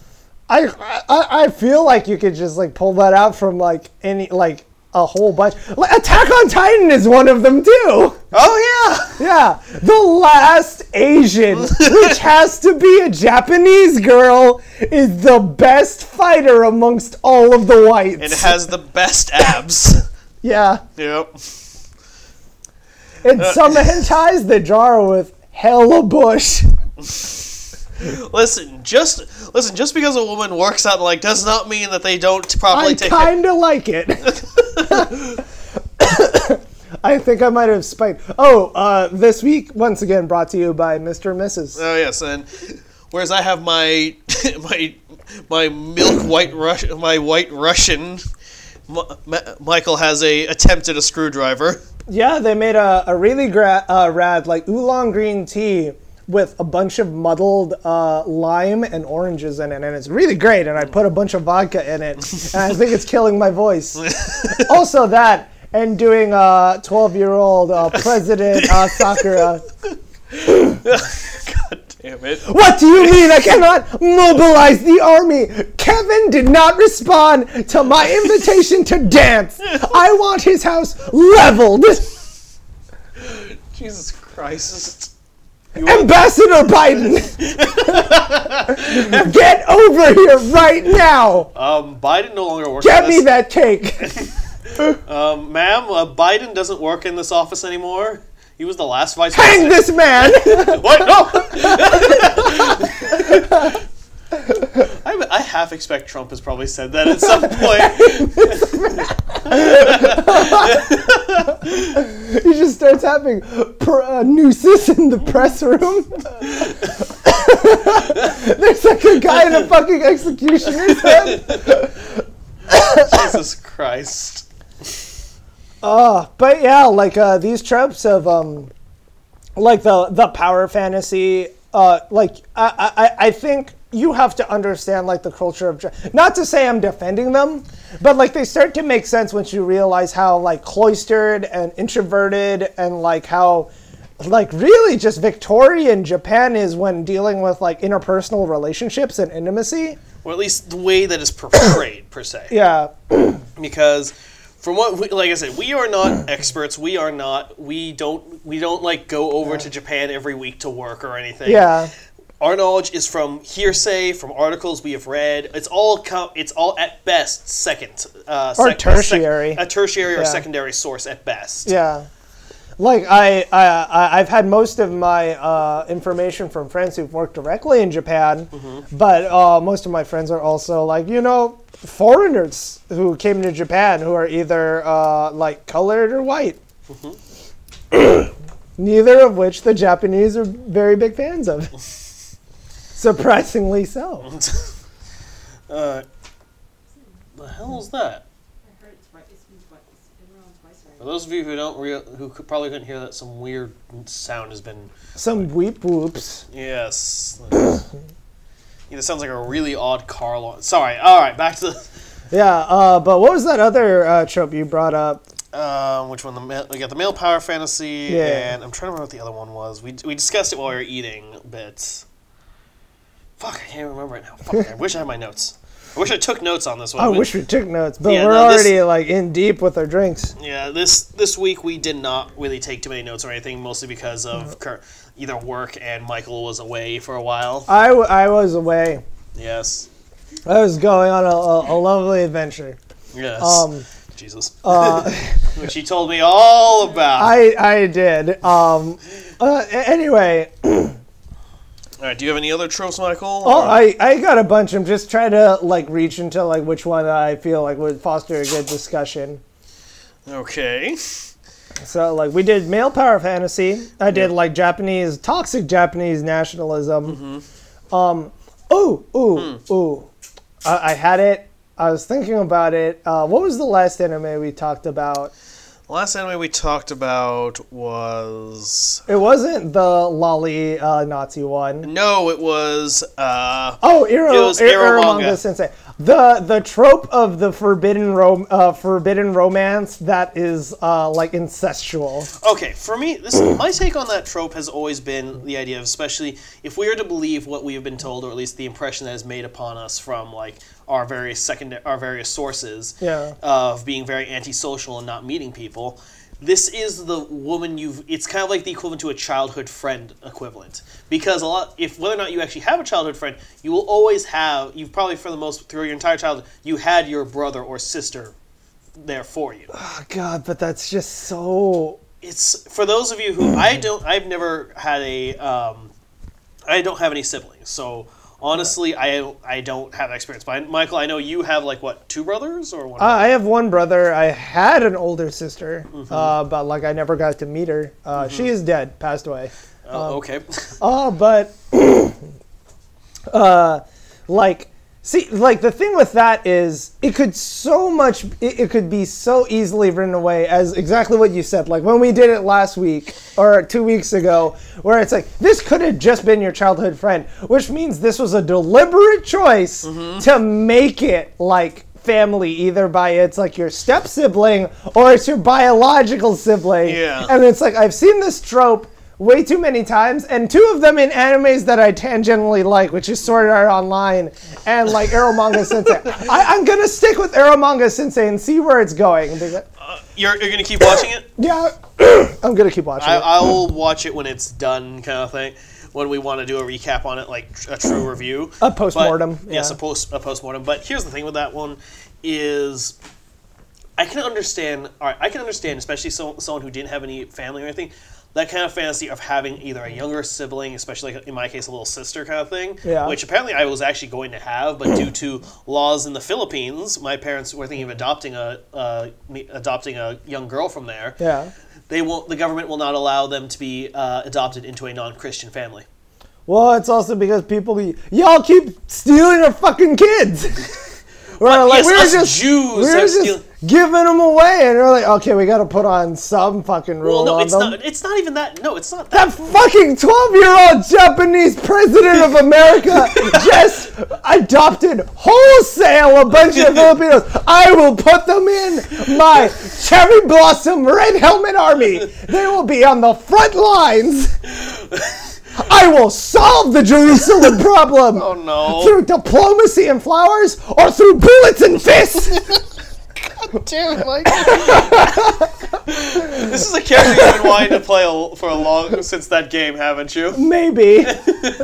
I, I I feel like you could just like pull that out from like any like a whole bunch. Like, Attack on Titan is one of them too.
Oh yeah,
Yeah, the last Asian, which has to be a Japanese girl, is the best fighter amongst all of the whites.
it has the best abs.
yeah.
yep.
In some hentais, they draw her with hella bush.
Listen, just listen. Just because a woman works out like does not mean that they don't properly
I
take care.
kind of like it. I think I might have spiked. Oh, uh, this week once again brought to you by Mr. and Mrs.
Oh yes, and whereas I have my my my milk white Rus- my white Russian, M- M- Michael has a attempt at a screwdriver.
Yeah, they made a, a really gra- uh, rad like oolong green tea with a bunch of muddled uh, lime and oranges in it, and it's really great. And I put a bunch of vodka in it, and I think it's killing my voice. also, that and doing uh, twelve-year-old uh, President uh, Sakura.
God damn it!
What do you mean I cannot mobilize the army? Kevin did not respond to my invitation to dance. I want his house leveled.
Jesus Christ!
Ambassador Biden, get over here right now.
Um, Biden no longer works.
Get
in
me
this.
that cake.
Um, ma'am, uh, Biden doesn't work in this office anymore. He was the last vice
Hang
president.
this man.
What? No. I, I half expect Trump has probably said that at some point.
He just starts having pr- uh, nooses in the press room. There's like a guy in a fucking executioner's head.
Jesus Christ.
But yeah, like uh, these tropes of um, like the the power fantasy. Uh, like I, I- I, I think you have to understand like the culture of. Dra- Not to say I'm defending them, but like they start to make sense once you realize how like cloistered and introverted and like how like really just Victorian Japan is when dealing with like interpersonal relationships and intimacy.
or at least the way that it's portrayed per se.
Yeah,
Because from what, we, like I said, we are not experts. We are not. We don't. We don't like go over to Japan every week to work or anything.
yeah.
Our knowledge is from hearsay, from articles we have read. It's all. Co- it's all at best second. Uh,
Or
sec- sec-
tertiary.
a tertiary or
Yeah.
secondary source at best.
Yeah. Like I, I, I I've had most of my uh, information from friends who've worked directly in Japan, but uh, most of my friends are also like you know foreigners who came to Japan who are either uh, like colored or white. Neither of which the Japanese are very big fans of. Surprisingly
Mm-hmm.
so.
Uh, the hell is that?
I heard it's right. It's, it's everyone's voice
For those of you who don't real, who could, probably couldn't hear that, some weird sound has been
Some weep whoops.
Yes. yeah, that sounds like a really odd car lawn. Sorry. All right, back to
Yeah, uh, but what was that other uh, trope you brought up?
the, um, which one? The ma- we got the male power fantasy,
Yeah.
and I'm trying to remember what the other one was. We we discussed it while we were eating, but fuck, I can't remember it now. Fuck, I wish I had my notes. I wish I took notes on this one.
I
but-
wish we took notes, but
Yeah,
we're
no, this-
already like in deep with our drinks.
Yeah, this this week we did not really take too many notes or anything, mostly because of cur- either work and Michael was away for a while.
I, w- I was away.
Yes.
I was going on a, a, a lovely adventure.
Yes.
Um, uh,
Jesus. Which he told me all about.
I I did. Um, uh, a- anyway,
All right. Do you have any other tropes, Michael?
Oh, I, I got a bunch. I'm just trying to like reach into like which one I feel like would foster a good discussion.
Okay.
So like we did male power fantasy. I did like Japanese toxic Japanese nationalism. Um, ooh ooh ooh, I, I had it. I was thinking about it. Uh, what was the last anime we talked about?
The last anime we talked about was
It wasn't the lolly uh, Nazi one.
no, it was uh,
Oh, Iro,
It was
Ir-
Iromanga.
Iromanga Sensei. The the trope of the forbidden rom- uh, forbidden romance that is uh, like incestual.
okay. For me, this my take on that trope has always been the idea of, especially if we are to believe what we have been told, or at least the impression that is made upon us from like our various secondary, our various sources
Yeah.
of being very antisocial and not meeting people. This is the woman you've. It's kind of like the equivalent to a childhood friend equivalent, because a lot, if whether or not you actually have a childhood friend, you will always have. You've probably for the most through your entire childhood, you had your brother or sister there for you.
Oh, God, but that's just so.
it's for those of you who I don't I've never had a um, I don't have any siblings so honestly I I don't have that experience but Michael I know you have like what two brothers or one
Uh, I have one brother. I had an older sister, uh, but like I never got to meet her. Uh, She is dead, passed away.
oh, okay
Oh, but uh, like, see, like the thing with that is it could so much, it, it could be so easily written away as exactly what you said. Like when we did it last week or two weeks ago, where it's like this could have just been your childhood friend, which means this was a deliberate choice to make it like family either by it's like your step sibling or it's your biological sibling
Yeah.
and it's like I've seen this trope way too many times, and two of them in animes that I tangentially like, which is Sword Art Online and like Arrow Manga Sensei. I, I'm gonna stick with Arrow Manga Sensei and see where it's going. because-
you're, you're gonna keep watching it
yeah, I'm gonna keep watching.
I,
it.
I will watch it when it's done kind of thing when we want to do a recap on it like tr- a true review
A postmortem,
But- yes
yeah.
a post a postmortem but here's the thing with that one is I can understand. All right, I can understand, especially so, someone who didn't have any family or anything, that kind of fantasy of having either a younger sibling, especially like in my case, a little sister kind of thing.
Yeah.
Which apparently I was actually going to have, but due to laws in the Philippines, my parents were thinking of adopting a uh, me- adopting a young girl from there.
Yeah.
They won't. The government will not allow them to be uh, adopted into a non-Christian family.
well, it's also because people be, y'all keep stealing our fucking kids. We're like
yes,
we
us
were just
Jews
we were
have
just
steal-
giving them away, and they're like, okay, we got to put on some fucking rule
Well, no,
on
it's
them.
not. It's not even that. No, it's not that.
That fucking 12 year old Japanese president of America just adopted wholesale a bunch of Filipinos. I will put them in my cherry blossom red helmet army. They will be on the front lines. I will solve the Jerusalem problem.
Oh, no.
Through diplomacy and flowers or through bullets and fists.
Damn, Mike. this is a character you've been wanting to play a- for a long since that game, haven't you?
Maybe.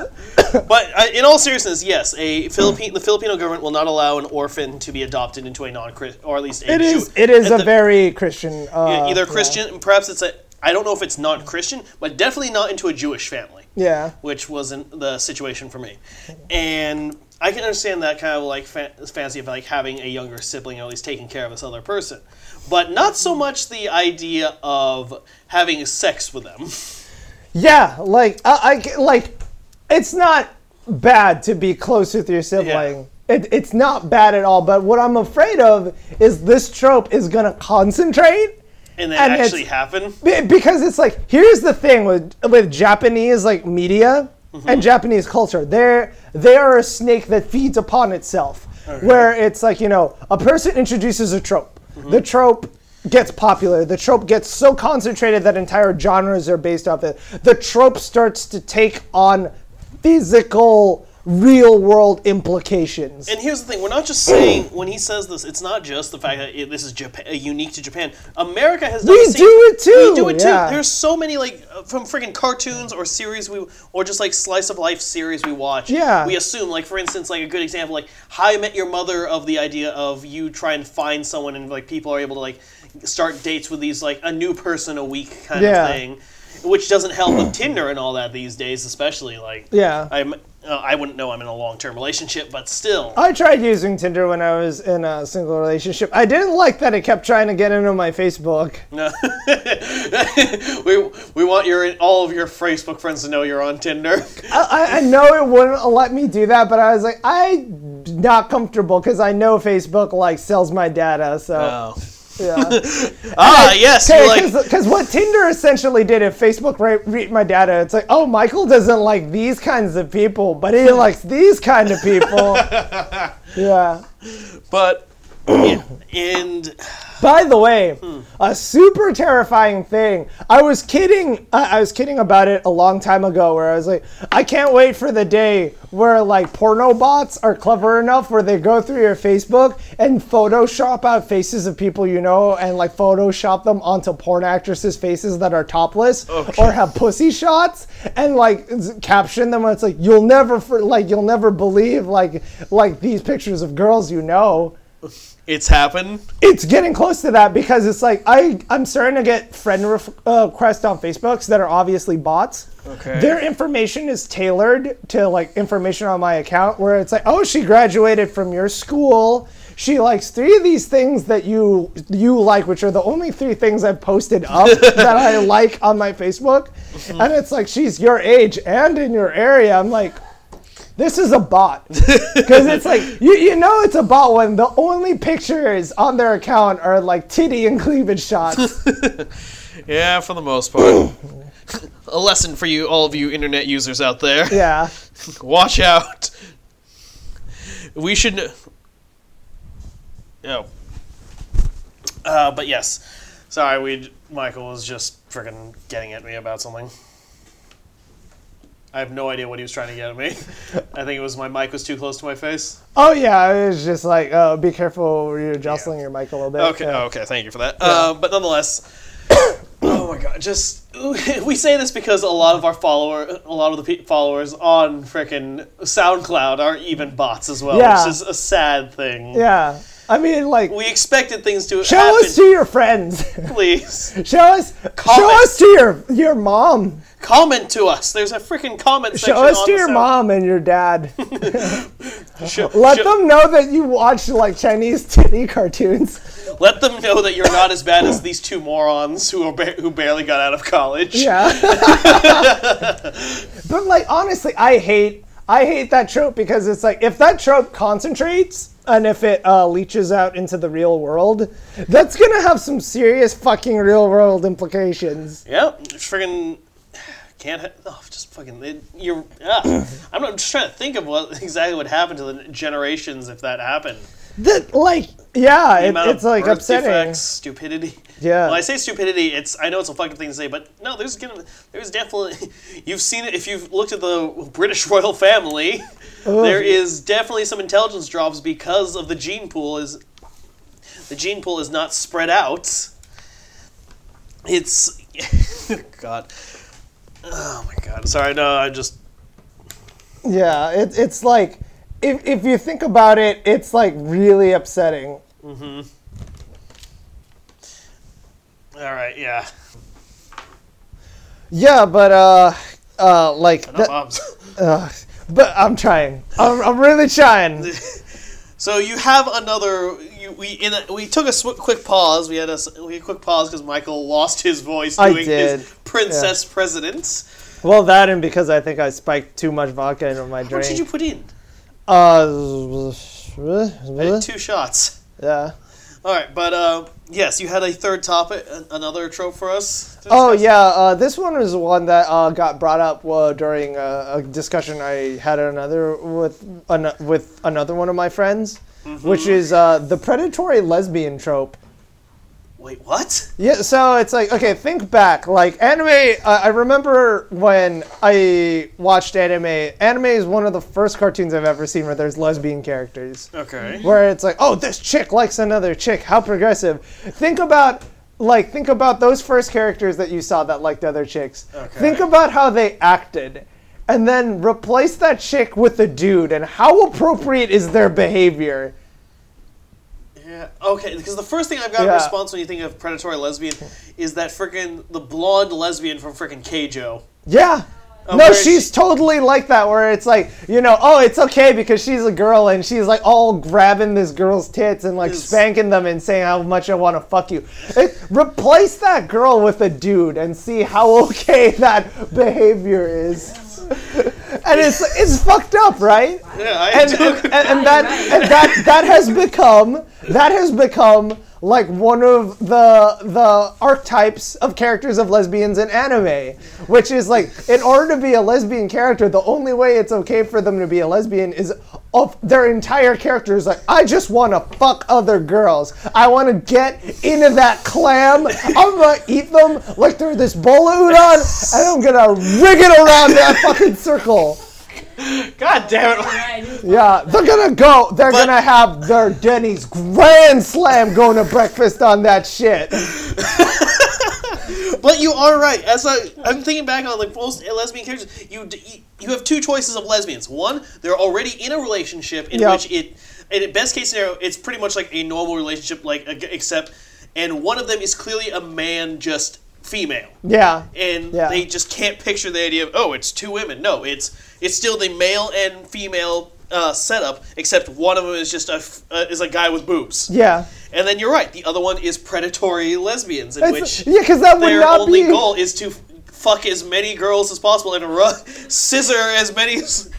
But uh, in all seriousness, yes, a Philippine the Filipino government will not allow an orphan to be adopted into a non-Christian or at least a
It
Jew.
is, it is
At
a
the-
very Christian. Uh,
e- either
yeah.
Christian, perhaps it's a I don't know if it's non-Christian, but definitely not into a Jewish family
Yeah.
which wasn't the situation for me. And I can understand that kind of like fa- fancy of like having a younger sibling or at least taking care of this other person, but not so much the idea of having sex with them.
Yeah, like I, I ca- like it's not bad to be close with your sibling. It, it's not bad at all. But what I'm afraid of is this trope is gonna concentrate.
And that
And it's-
actually happen.
Be- because it's like here's the thing with with Japanese like media and Japanese culture. They're they are a snake that feeds upon itself. Where it's like you know a person introduces a trope. The trope gets popular. The trope gets so concentrated that entire genres are based off it. The trope starts to take on physical, real world implications.
And here's the thing: we're not just saying when he says this. It's not just the fact that it, this is Japan, unique to Japan. America has done
We
the same-
do it too,
We do it
yeah.
too. There's so many like uh, from freaking cartoons or series we, or just like slice of life series we watch.
Yeah.
We assume, like for instance, like a good example, like How I Met Your Mother, of the idea of you try and find someone, and like people are able to like start dates with these like a new person a week kind
Yeah.
of thing. which doesn't help with Tinder and all that these days, especially like
Yeah.
I'm. Uh, I wouldn't know I'm in a long term relationship, but still,
I tried using Tinder when I was in a single relationship. I didn't like that it kept trying to get into my Facebook.
No. we we want your all of your Facebook friends to know you're on Tinder.
I, I- I know it wouldn't let me do that, but I was like, I'm not comfortable because I know Facebook like sells my data. So yeah.
ah, yes, Oh. you're
Because
like
what Tinder essentially did, if Facebook ra- read my data, it's like, oh, Michael doesn't like these kinds of people, but he likes these kind of people. yeah.
but yeah, and
By the way, a super terrifying thing. I was kidding. I I was kidding about it a long time ago, where I was like, I can't wait for the day where like porno bots are clever enough where they go through your Facebook and Photoshop out faces of people you know and like Photoshop them onto porn actresses' faces that are topless or have pussy shots and like z- caption them. And it's like you'll never for, like you'll never believe like like these pictures of girls you know
it's happened.
it's getting close to that because it's like I I'm starting to get friend ref- uh, requests on Facebooks that are obviously bots.
Okay.
Their information is tailored to like information on my account where it's like, oh, she graduated from your school. She likes three of these things that you you like, which are the only three things I've posted up that I like on my Facebook. And it's like she's your age and in your area. I'm like, this is a bot. Because it's like, you, you know, it's a bot when the only pictures on their account are like titty and cleavage shots.
Yeah, for the most part. A lesson for you, all of you internet users out there.
yeah.
Watch out. We should. Oh. Uh, but yes, sorry. We Michael was just freaking getting at me about something. I have no idea what he was trying to get at me. I think it was my mic was too close to my face.
Oh, yeah. It was just like, oh, be careful. where You're jostling your mic a little bit.
Okay, oh.
Yeah.
okay, thank you for that. Uh, but nonetheless, oh my god, just we say this because a lot of our follower, a lot of the pe- followers on frickin' SoundCloud are even bots as well,
Yeah.
which is a sad thing.
Yeah. I mean, like,
We expected things to
show
happen.
us to your friends.
please
show us. Show
Comments.
us to your your mom.
comment to us. There's a frickin' comment section.
Show us
on
to
the
your
Sound-
mom and your dad.
Show-
Let
show-
them know that you watch like Chinese titty cartoons.
let them know that you're not as bad as these two morons who are ba- who barely got out of college.
Yeah. but like honestly, I hate I hate that trope because it's like if that trope concentrates and if it uh, leaches out into the real world, that's gonna have some serious fucking real world implications.
Yep, friggin' can't. Ha- oh, just fucking. It, you're. ah. I'm not I'm just trying to think of what exactly would happen to the generations if that happened.
That like yeah,
The
it,
amount of
it's like
birth
upsetting.
defects, stupidity.
Yeah.
When I say stupidity, it's I know it's a fucking thing to say, but no, there's gonna there's definitely you've seen it if you've looked at the British royal family. There is definitely some intelligence drops because of the gene pool is the gene pool is not spread out. It's God. Oh my God! Sorry, no, I just
Yeah, it, it's like if if you think about it, it's like really upsetting.
all right, yeah.
Yeah, but uh, uh, like
No
that-
bombs.
uh, but I'm trying. I'm, I'm really trying.
So you have another. You, we in a, we took a sw- quick pause. We had a s- we had a quick pause because Michael lost his voice
I
doing
did,
his princess president.
Well, that and because I think I spiked too much vodka into my
What
drink.
did you put in?
Uh,
Two shots.
yeah.
All right, but uh, yes, you had a third topic, an- another trope for us. to
Oh
discuss?
yeah. Uh, this one was one that uh, got brought up uh, during a, a discussion I had another with an, with another one of my friends,
Mm-hmm.
which is uh, the predatory lesbian trope.
Wait, what?
Yeah, so it's like okay, think back. Like anime, uh, I remember when I watched anime. Anime is one of the first cartoons I've ever seen where there's lesbian characters.
Okay.
where it's like, oh, this chick likes another chick. How progressive. Think about like think about those first characters that you saw that liked other chicks.
Okay.
Think about how they acted. And then replace that chick with a dude and how appropriate is their behavior?
Yeah. Okay, because the first thing I've got in
Yeah.
response when you think of predatory lesbian is that freaking the blonde lesbian from freaking Keijo.
Yeah.
Oh,
no,
where
she's
she-
totally like that, where it's like, you know, oh, it's okay because she's a girl and she's like all grabbing this girl's tits and like
Yes.
spanking them and saying how much I want to fuck you. It, replace that girl with a dude and see how okay that behavior is. and it's it's fucked up, right?
Yeah, I
and,
do.
and, and- and that and that that has become that has become like one of the the archetypes of characters of lesbians in anime, which is like in order to be a lesbian character, the only way it's okay for them to be a lesbian is of their entire character is like I just want to fuck other girls. I want to get into that clam. I'm gonna eat them like they're this bowl of udon, and I'm gonna rig it around that fucking circle.
God damn it.
Yeah, they're gonna go. They're
But-
gonna have their Denny's Grand Slam going to breakfast on that shit.
But you are right. As I, I'm thinking back on like most lesbian characters, you d- you have two choices of lesbians. One, they're already in a relationship in
Yeah.
which it, in a best case scenario, it's pretty much like a normal relationship, like ag- except, and one of them is clearly a man, just female,
Yeah.
and
Yeah.
they just can't picture the idea of oh, it's two women. No, it's it's still the male and female uh, setup, except one of them is just a f- uh, is a guy with boobs.
Yeah.
And then you're right. The other one is predatory lesbians, in
It's,
which
yeah, because that would
their
not
only
be.
goal is to f- fuck as many girls as possible and ru- scissor as many, s-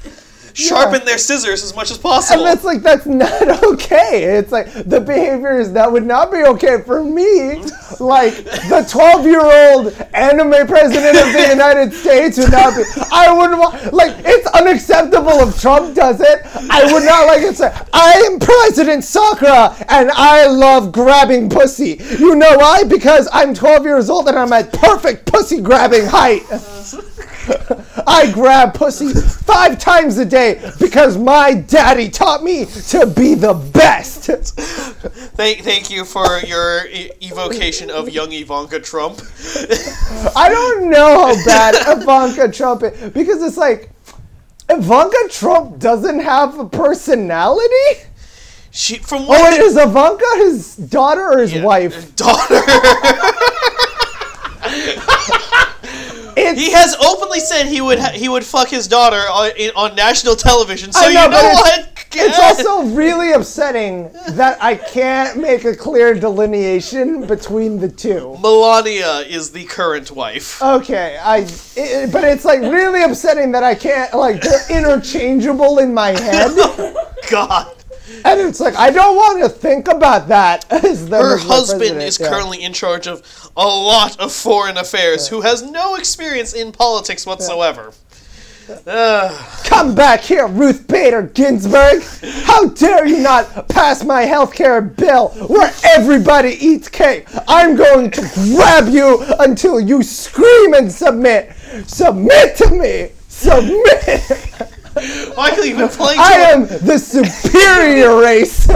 sharpen their scissors as much as
And
possible.
that's like that's not okay. It's like the behaviors that would not be okay for me. Like the twelve-year-old anime president of the United States would not be. I wouldn't want. Like it's unacceptable if Trump does it. I would not like it. Say, I am President Sakura, and I love grabbing pussy. You know why? Because I'm 12 years old and I'm at perfect pussy grabbing height. I grab pussy five times a day because my daddy taught me to be the best.
thank, thank you for your e- evocation of young Ivanka Trump.
I don't know how bad Ivanka Trump is because it's like Ivanka Trump doesn't have a personality.
She from
Oh,
what
wait, is Ivanka his daughter or his wife?
daughter.
It's,
He has openly said he would ha- he would fuck his daughter on, in, on national television.
I
So
know,
you know
but it's-
what?
it's also really upsetting that I can't make a clear delineation between the two.
Melania is the current wife.
Okay, I. It, but it's like really upsetting that I can't like they're interchangeable in my head,
God.
and it's like I don't want to think about that. As them
her
as my
husband
president,
is
yeah.
currently in charge of a lot of foreign affairs who has no experience in politics whatsoever. Ugh.
Come back here, Ruth Bader Ginsburg! How dare you not pass my healthcare bill where everybody eats cake? I'm going to grab you until you scream and submit. Submit to me. Submit.
Michael, you've been playing
I
too
am the superior race.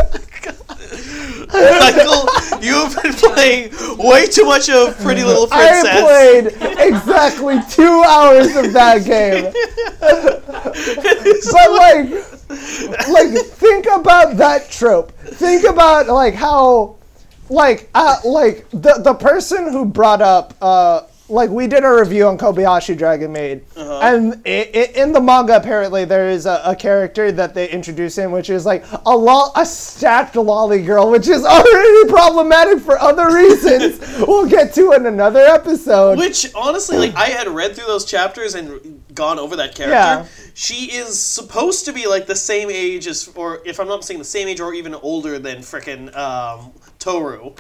Michael, you've been playing way too much of Pretty Little Princess.
I played exactly two hours of that game. but like, like think about that trope. Think about like how, like, uh, like the the person who brought up. Uh, like we did a review on Kobayashi Dragon Maid, and i i in the manga apparently there is a, a character that they introduce in, which is like a lo- a stacked lolly girl, which is already problematic for other reasons. we'll get to in another episode.
Which honestly, like I had read through those chapters and gone over that character.
Yeah.
She is supposed to be like the same age as, or if I'm not saying the same age or even older than frickin' um, Toru,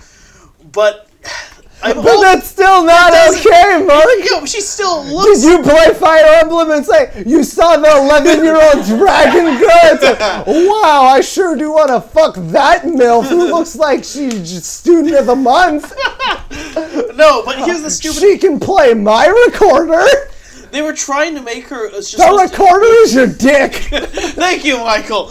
but. I'm
But
all-
that's still not
doesn't-
okay, Mark.
Yo, she still looks
Did you play Fire Emblem and say you saw the 11 year old dragon girl? It's like, wow, I sure do want to fuck that milf who looks like she's just student of the month.
No, but here's the stupid.
She can play my recorder.
They were trying to make her. It's just
The recorder is your dick.
Thank you, Michael.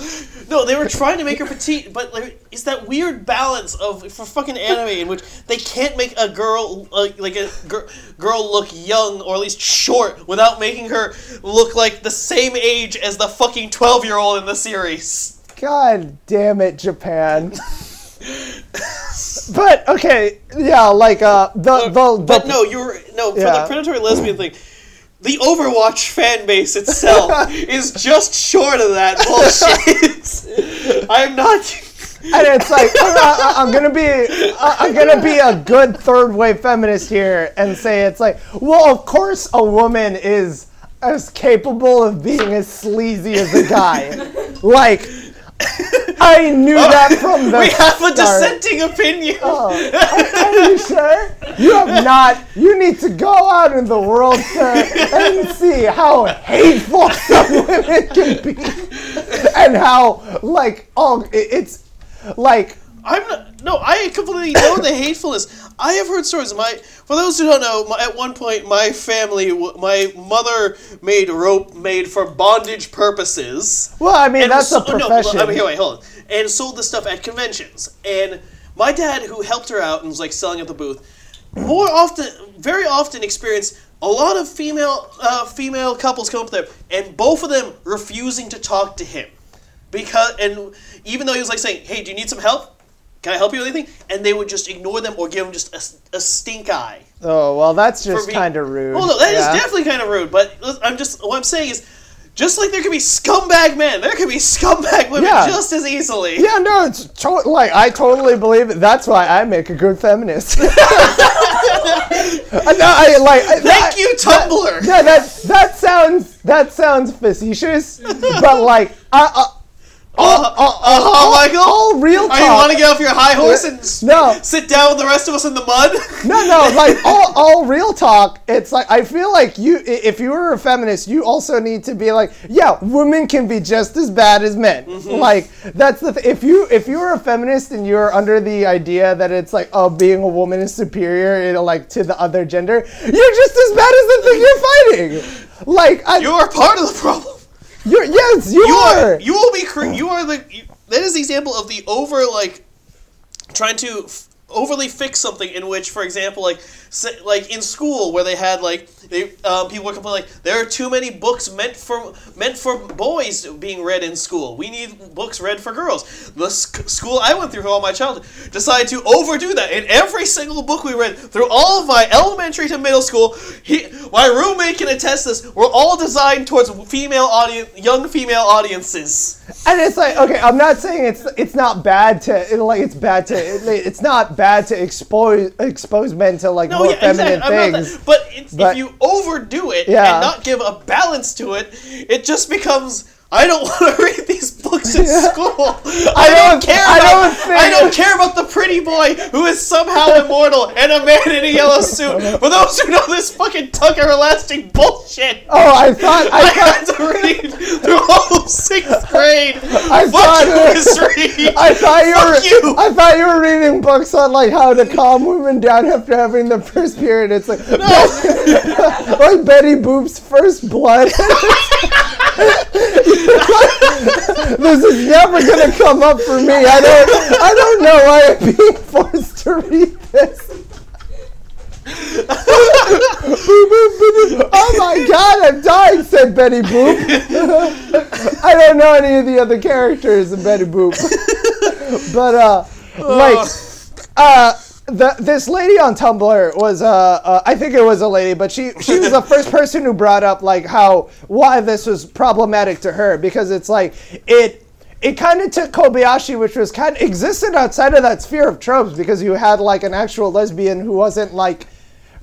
No, they were trying to make her petite, but like, it's that weird balance of for fucking anime in which they can't make a girl like, like a gir- girl look young or at least short without making her look like the same age as the fucking twelve year old in the series.
God damn it, Japan. But okay, yeah, like uh, the the, the
but no, you're no for
Yeah.
the predatory lesbian thing. The Overwatch fan base itself is just short of that bullshit. I'm not.
and it's like I, I, I'm gonna be I, I'm gonna be a good third wave feminist here and say it's like, well, of course a woman is as capable of being as sleazy as a guy. like, I knew that from the
Oh, we have
start.
a dissenting opinion.
Are you sure? You have not. You need to go out in the world, sir, and see how hateful some women can be, and how like oh, it- it's like
I'm not, no, I completely know the hatefulness. I have heard stories. My for those who don't know, my, at one point my family, w- my mother made rope made for bondage purposes.
well, I mean that's
so-
a profession.
No, I mean, here, wait, hold on. And sold this stuff at conventions. And my dad, who helped her out and was like selling at the booth, more often, very often, experienced a lot of female uh, female couples come up there, and both of them refusing to talk to him because, and even though he was like saying, "Hey, do you need some help? Can I help you with anything?" and they would just ignore them or give him just a s- a, stink eye.
oh well, that's
for
just
being-
kind of rude.
Well, no, that is
yeah.
definitely kind of rude. But let's- I'm just what I'm saying is, just like there could be scumbag men, there could be scumbag women
Yeah.
just as easily.
Yeah, no, it's to- like I totally believe it. That's why I make a good feminist. no, I like. I-
Thank
I-
you, Tumblr.
Yeah, that that sounds that sounds facetious, but like I, I,
uh, uh, uh, Michael,
all real
Are you want to
talk.
get off your high horse and s-
No.
sit down with the rest of us in the mud?
No, no, like all, all real talk. It's like I feel like you, i- if you were a feminist, you also need to be like, yeah, women can be just as bad as men.
Mm-hmm.
Like that's the th- if you if you were a feminist and you're under the idea that it's like oh being a woman is superior you know, like to the other gender, you're just as bad as the thing you're fighting. Like I,
You
you're,
are part of the problem.
yes, you,
You
are.
are. You will be. Cre- you are the. You, that is the example of the over like trying to f- overly fix something in which, for example, like say, like in school where they had like they um, people were complaining like there are too many books meant for meant for boys being read in school. We need books read for girls. The sc- school I went through for all my childhood decided to overdo that. In every single book we read through all of my elementary to middle school, he, my roommate can attest this. Were all designed towards female audience, young female audiences.
And it's like, okay, I'm not saying it's it's not bad to it- like it's bad to it- it's not bad to expose expose men to like
No,
more
yeah,
feminine
exactly. I'm not
things.
that, but it's,
But-
if you overdo it
Yeah.
and not give a balance to it, it just becomes. I don't want to read these books in school. I,
don't-
don't, care.
I
about,
don't think-
I don't care about the pretty boy who is somehow immortal and a man in a yellow suit. For those who know this fucking tug everlasting bullshit,
oh, I thought I
I
thought
had to read through all of sixth grade.
I
Fuck you,
thought-
Miss Reed.
I thought you were
Fuck you.
I thought you were reading books on like how to calm women down after having the first period. It's like like Betty Boop's first blood. this is never gonna come up for me. I don't I don't know why I'm being forced to read this. Boop, boop, boop, boop. Oh my god, I'm dying, said Betty Boop. I don't know any of the other characters in Betty Boop. but uh like uh the, this lady on Tumblr was, uh, uh, I think it was a lady, but she, she was the first person who brought up like how why this was problematic to her because it's like it it kind of took Kobayashi, which was kind of existed outside of that sphere of tropes because you had like an actual lesbian who wasn't like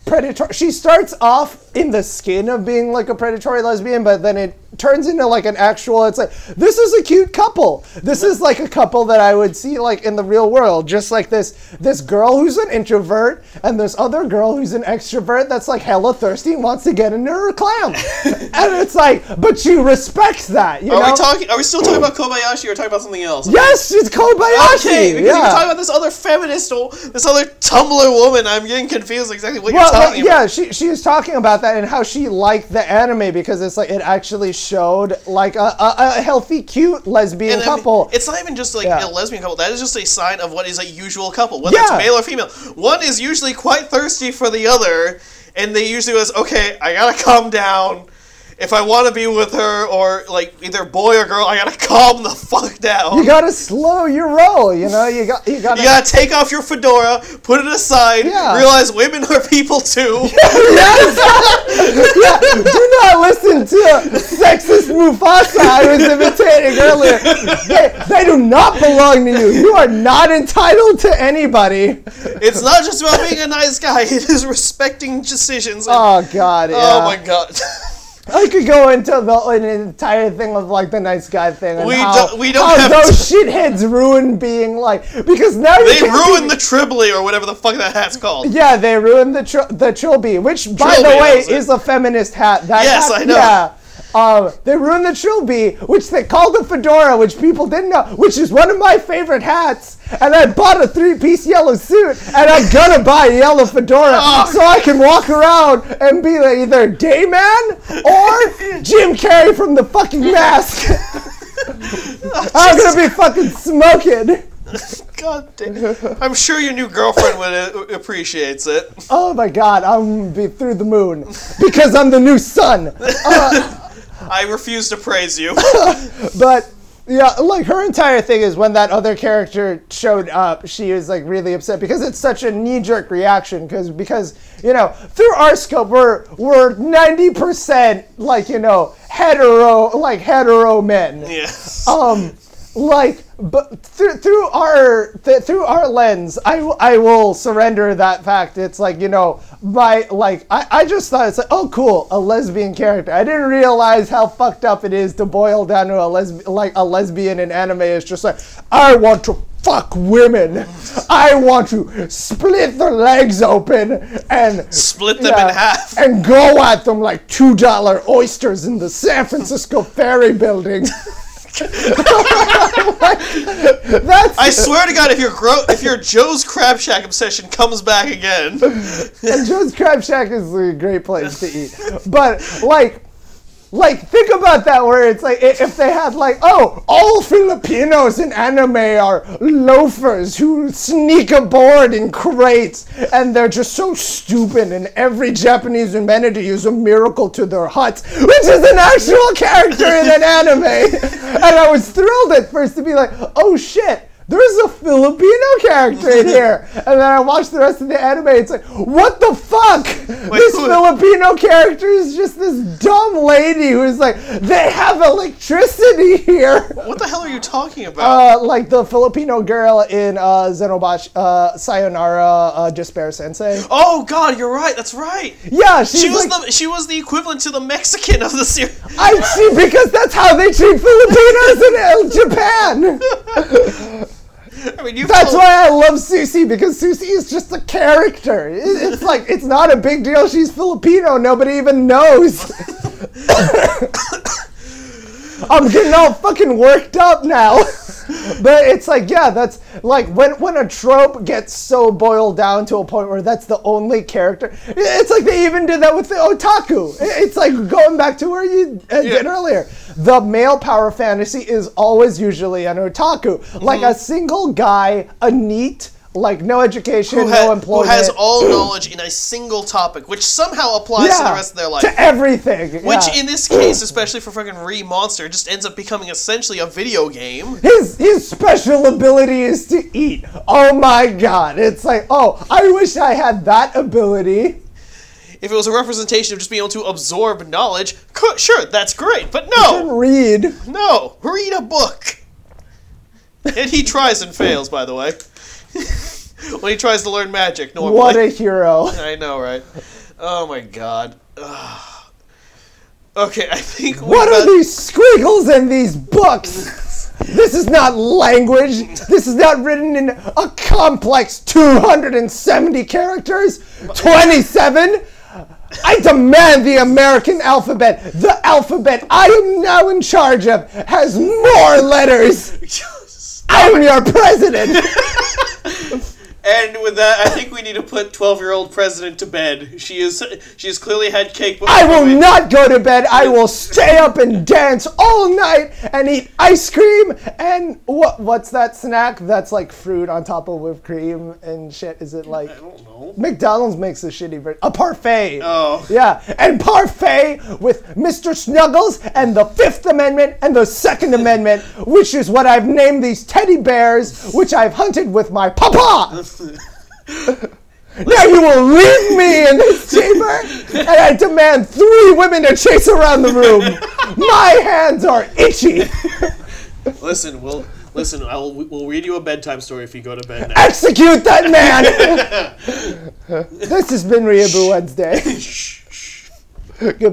predator she starts off in the skin of being like a predatory lesbian but then it turns into like an actual it's like this is a cute couple this is like a couple that i would see like in the real world just like this this girl who's an introvert and this other girl who's an extrovert that's like hella thirsty and wants to get into her clam and it's like but she respects that you
Are
know
we talking? Are we still talking about Kobayashi or talking about something else?
yes it's kobayashi
Okay, because
yeah.
you were talking about this other feminist, or this other Tumblr woman. I'm getting confused exactly what
well,
you're
like,
talking about.
yeah, she she was talking about that and how she liked the anime because it's like it actually showed like a, a, a healthy, cute lesbian
And I mean,
couple.
it's not even just like
Yeah.
a lesbian couple. That is just a sign of what is a usual couple, whether
Yeah.
it's male or female. One is usually quite thirsty for the other, and they usually was okay. I gotta calm down. if I want to be with her or like either boy or girl, I gotta calm the fuck down.
You gotta slow your roll. You know, you got you gotta.
You gotta take off your fedora, put it aside,
Yeah.
realize women are people too.
Yeah, do not listen to sexist Mufasa I was imitating earlier. They, they do not belong to you. You are not entitled to anybody.
It's not just about being a nice guy, it is respecting decisions. and-
Oh God. Yeah.
oh my god.
I could go into the, an entire thing of like the nice guy thing and
We
how,
don't- we don't
how
have
those shitheads ruin being like because now you
They
can be-
ruined the Tribbley or whatever the fuck that hat's called.
Yeah, they ruined the tr- the trilby, which by the
Trilby,
way
that was it.
is a feminist hat. That
Yes,
hat-
I know.
Yeah. Um, they ruined the trilby, which they called a fedora, which people didn't know, which is one of my favorite hats. And I bought a three-piece yellow suit, and I'm gonna buy a yellow fedora
Ah.
so I can walk around and be like either Day Man or Jim Carrey from the fucking mask. I'm gonna be fucking smoking.
God damn. I'm sure your new girlfriend would uh, appreciates it.
Oh my god, I'm be through the moon because I'm the new sun.
I refuse to praise you.
But yeah, like her entire thing is when that other character showed up, she was like really upset because it's such a knee-jerk reaction. Because because you know through our scope we're we're ninety percent like you know hetero like hetero men.
yeah.
um like but through, through our th- through our lens I, w- I will surrender that fact it's like you know my like I, I just thought it's like oh cool a lesbian character i didn't realize how fucked up it is to boil down to a lesb like a lesbian in anime is just like i want to fuck women i want to split their legs open and
Split them
yeah,
in half.
and go at them like two dollar oysters in the San Francisco Ferry Building. that's
I swear to God, if your gro- if your Joe's Crab Shack obsession comes back again,
and Joe's Crab Shack is a great place to eat, but like. Like, think about that. Where it's like, i- if they had like, oh, all Filipinos in anime are loafers who sneak aboard in crates, and they're just so stupid, and every Japanese amenity is a miracle to their huts, which is an actual character in an anime. And I was thrilled at first to be like, oh shit, there's a Filipino character in here. And then I watched the rest of the anime. It's like, what the fuck? this
who-
Filipino character is just this dumb lady who's like, they have electricity here.
what the hell are you talking about?
Uh, like the Filipino girl in uh, Zenobash, uh, Sayonara, uh, Despair Sensei.
oh God, you're right. That's right.
Yeah, she's
She was
like,
the she was the equivalent to the Mexican of the series.
I see because that's how they treat Filipinos in uh, Japan.
I mean, you.
That's why I love Susie because Susie is just a character. It- It's like it's not a big deal. She's Filipino. Nobody even knows. I'm getting all fucking worked up now. But it's like, yeah, that's like when when a trope gets so boiled down to a point where that's the only character. It's like they even did that with the otaku. It's like going back to where you uh, did earlier. The male power fantasy is always usually an otaku, like
Mm-hmm.
a single guy, a neat, like no education,
Who,
no
ha- who
employment.
has all knowledge in a single topic, which somehow applies to the rest of their life.
to everything.
Which,
yeah.
in this case, especially for fucking Re Monster, just ends up becoming essentially a video game.
his his special ability is to eat. Oh my god. It's like, oh, I wish I had that ability.
If it was a representation of just being able to absorb knowledge, cu- sure, that's great. But no,
Read.
no, read a book. And he tries and fails, by the way. when he tries to learn magic, normally.
What a hero.
I know, right? Oh my god. Ugh. Okay, I think. we
What are
got-
these squiggles in these books? This is not language. This is not written in a complex 270 characters. 27? I demand the American alphabet. The alphabet I am now in charge of has more letters. I'm your president.
And with that, I think we need to put twelve-year-old president to bed. She is she has clearly had cake. Before
I will
wait.
not go to bed. I will stay up and dance all night and eat ice cream and what? What's that snack? That's like fruit on top of whipped cream and shit. Is it like
I don't know.
McDonald's makes a shitty version? A parfait.
Oh.
Yeah, and parfait with Mr. Snuggles and the Fifth Amendment and the Second Amendment, which is what I've named these teddy bears, which I've hunted with my papa. now you will leave me in this chamber, and I demand three women to chase around the room. My hands are itchy.
Listen, we'll listen. I'll we'll read you a bedtime story if you go to bed now.
Execute that man. this has been Rehabu Wednesday.
Shh, shh.
Goodbye.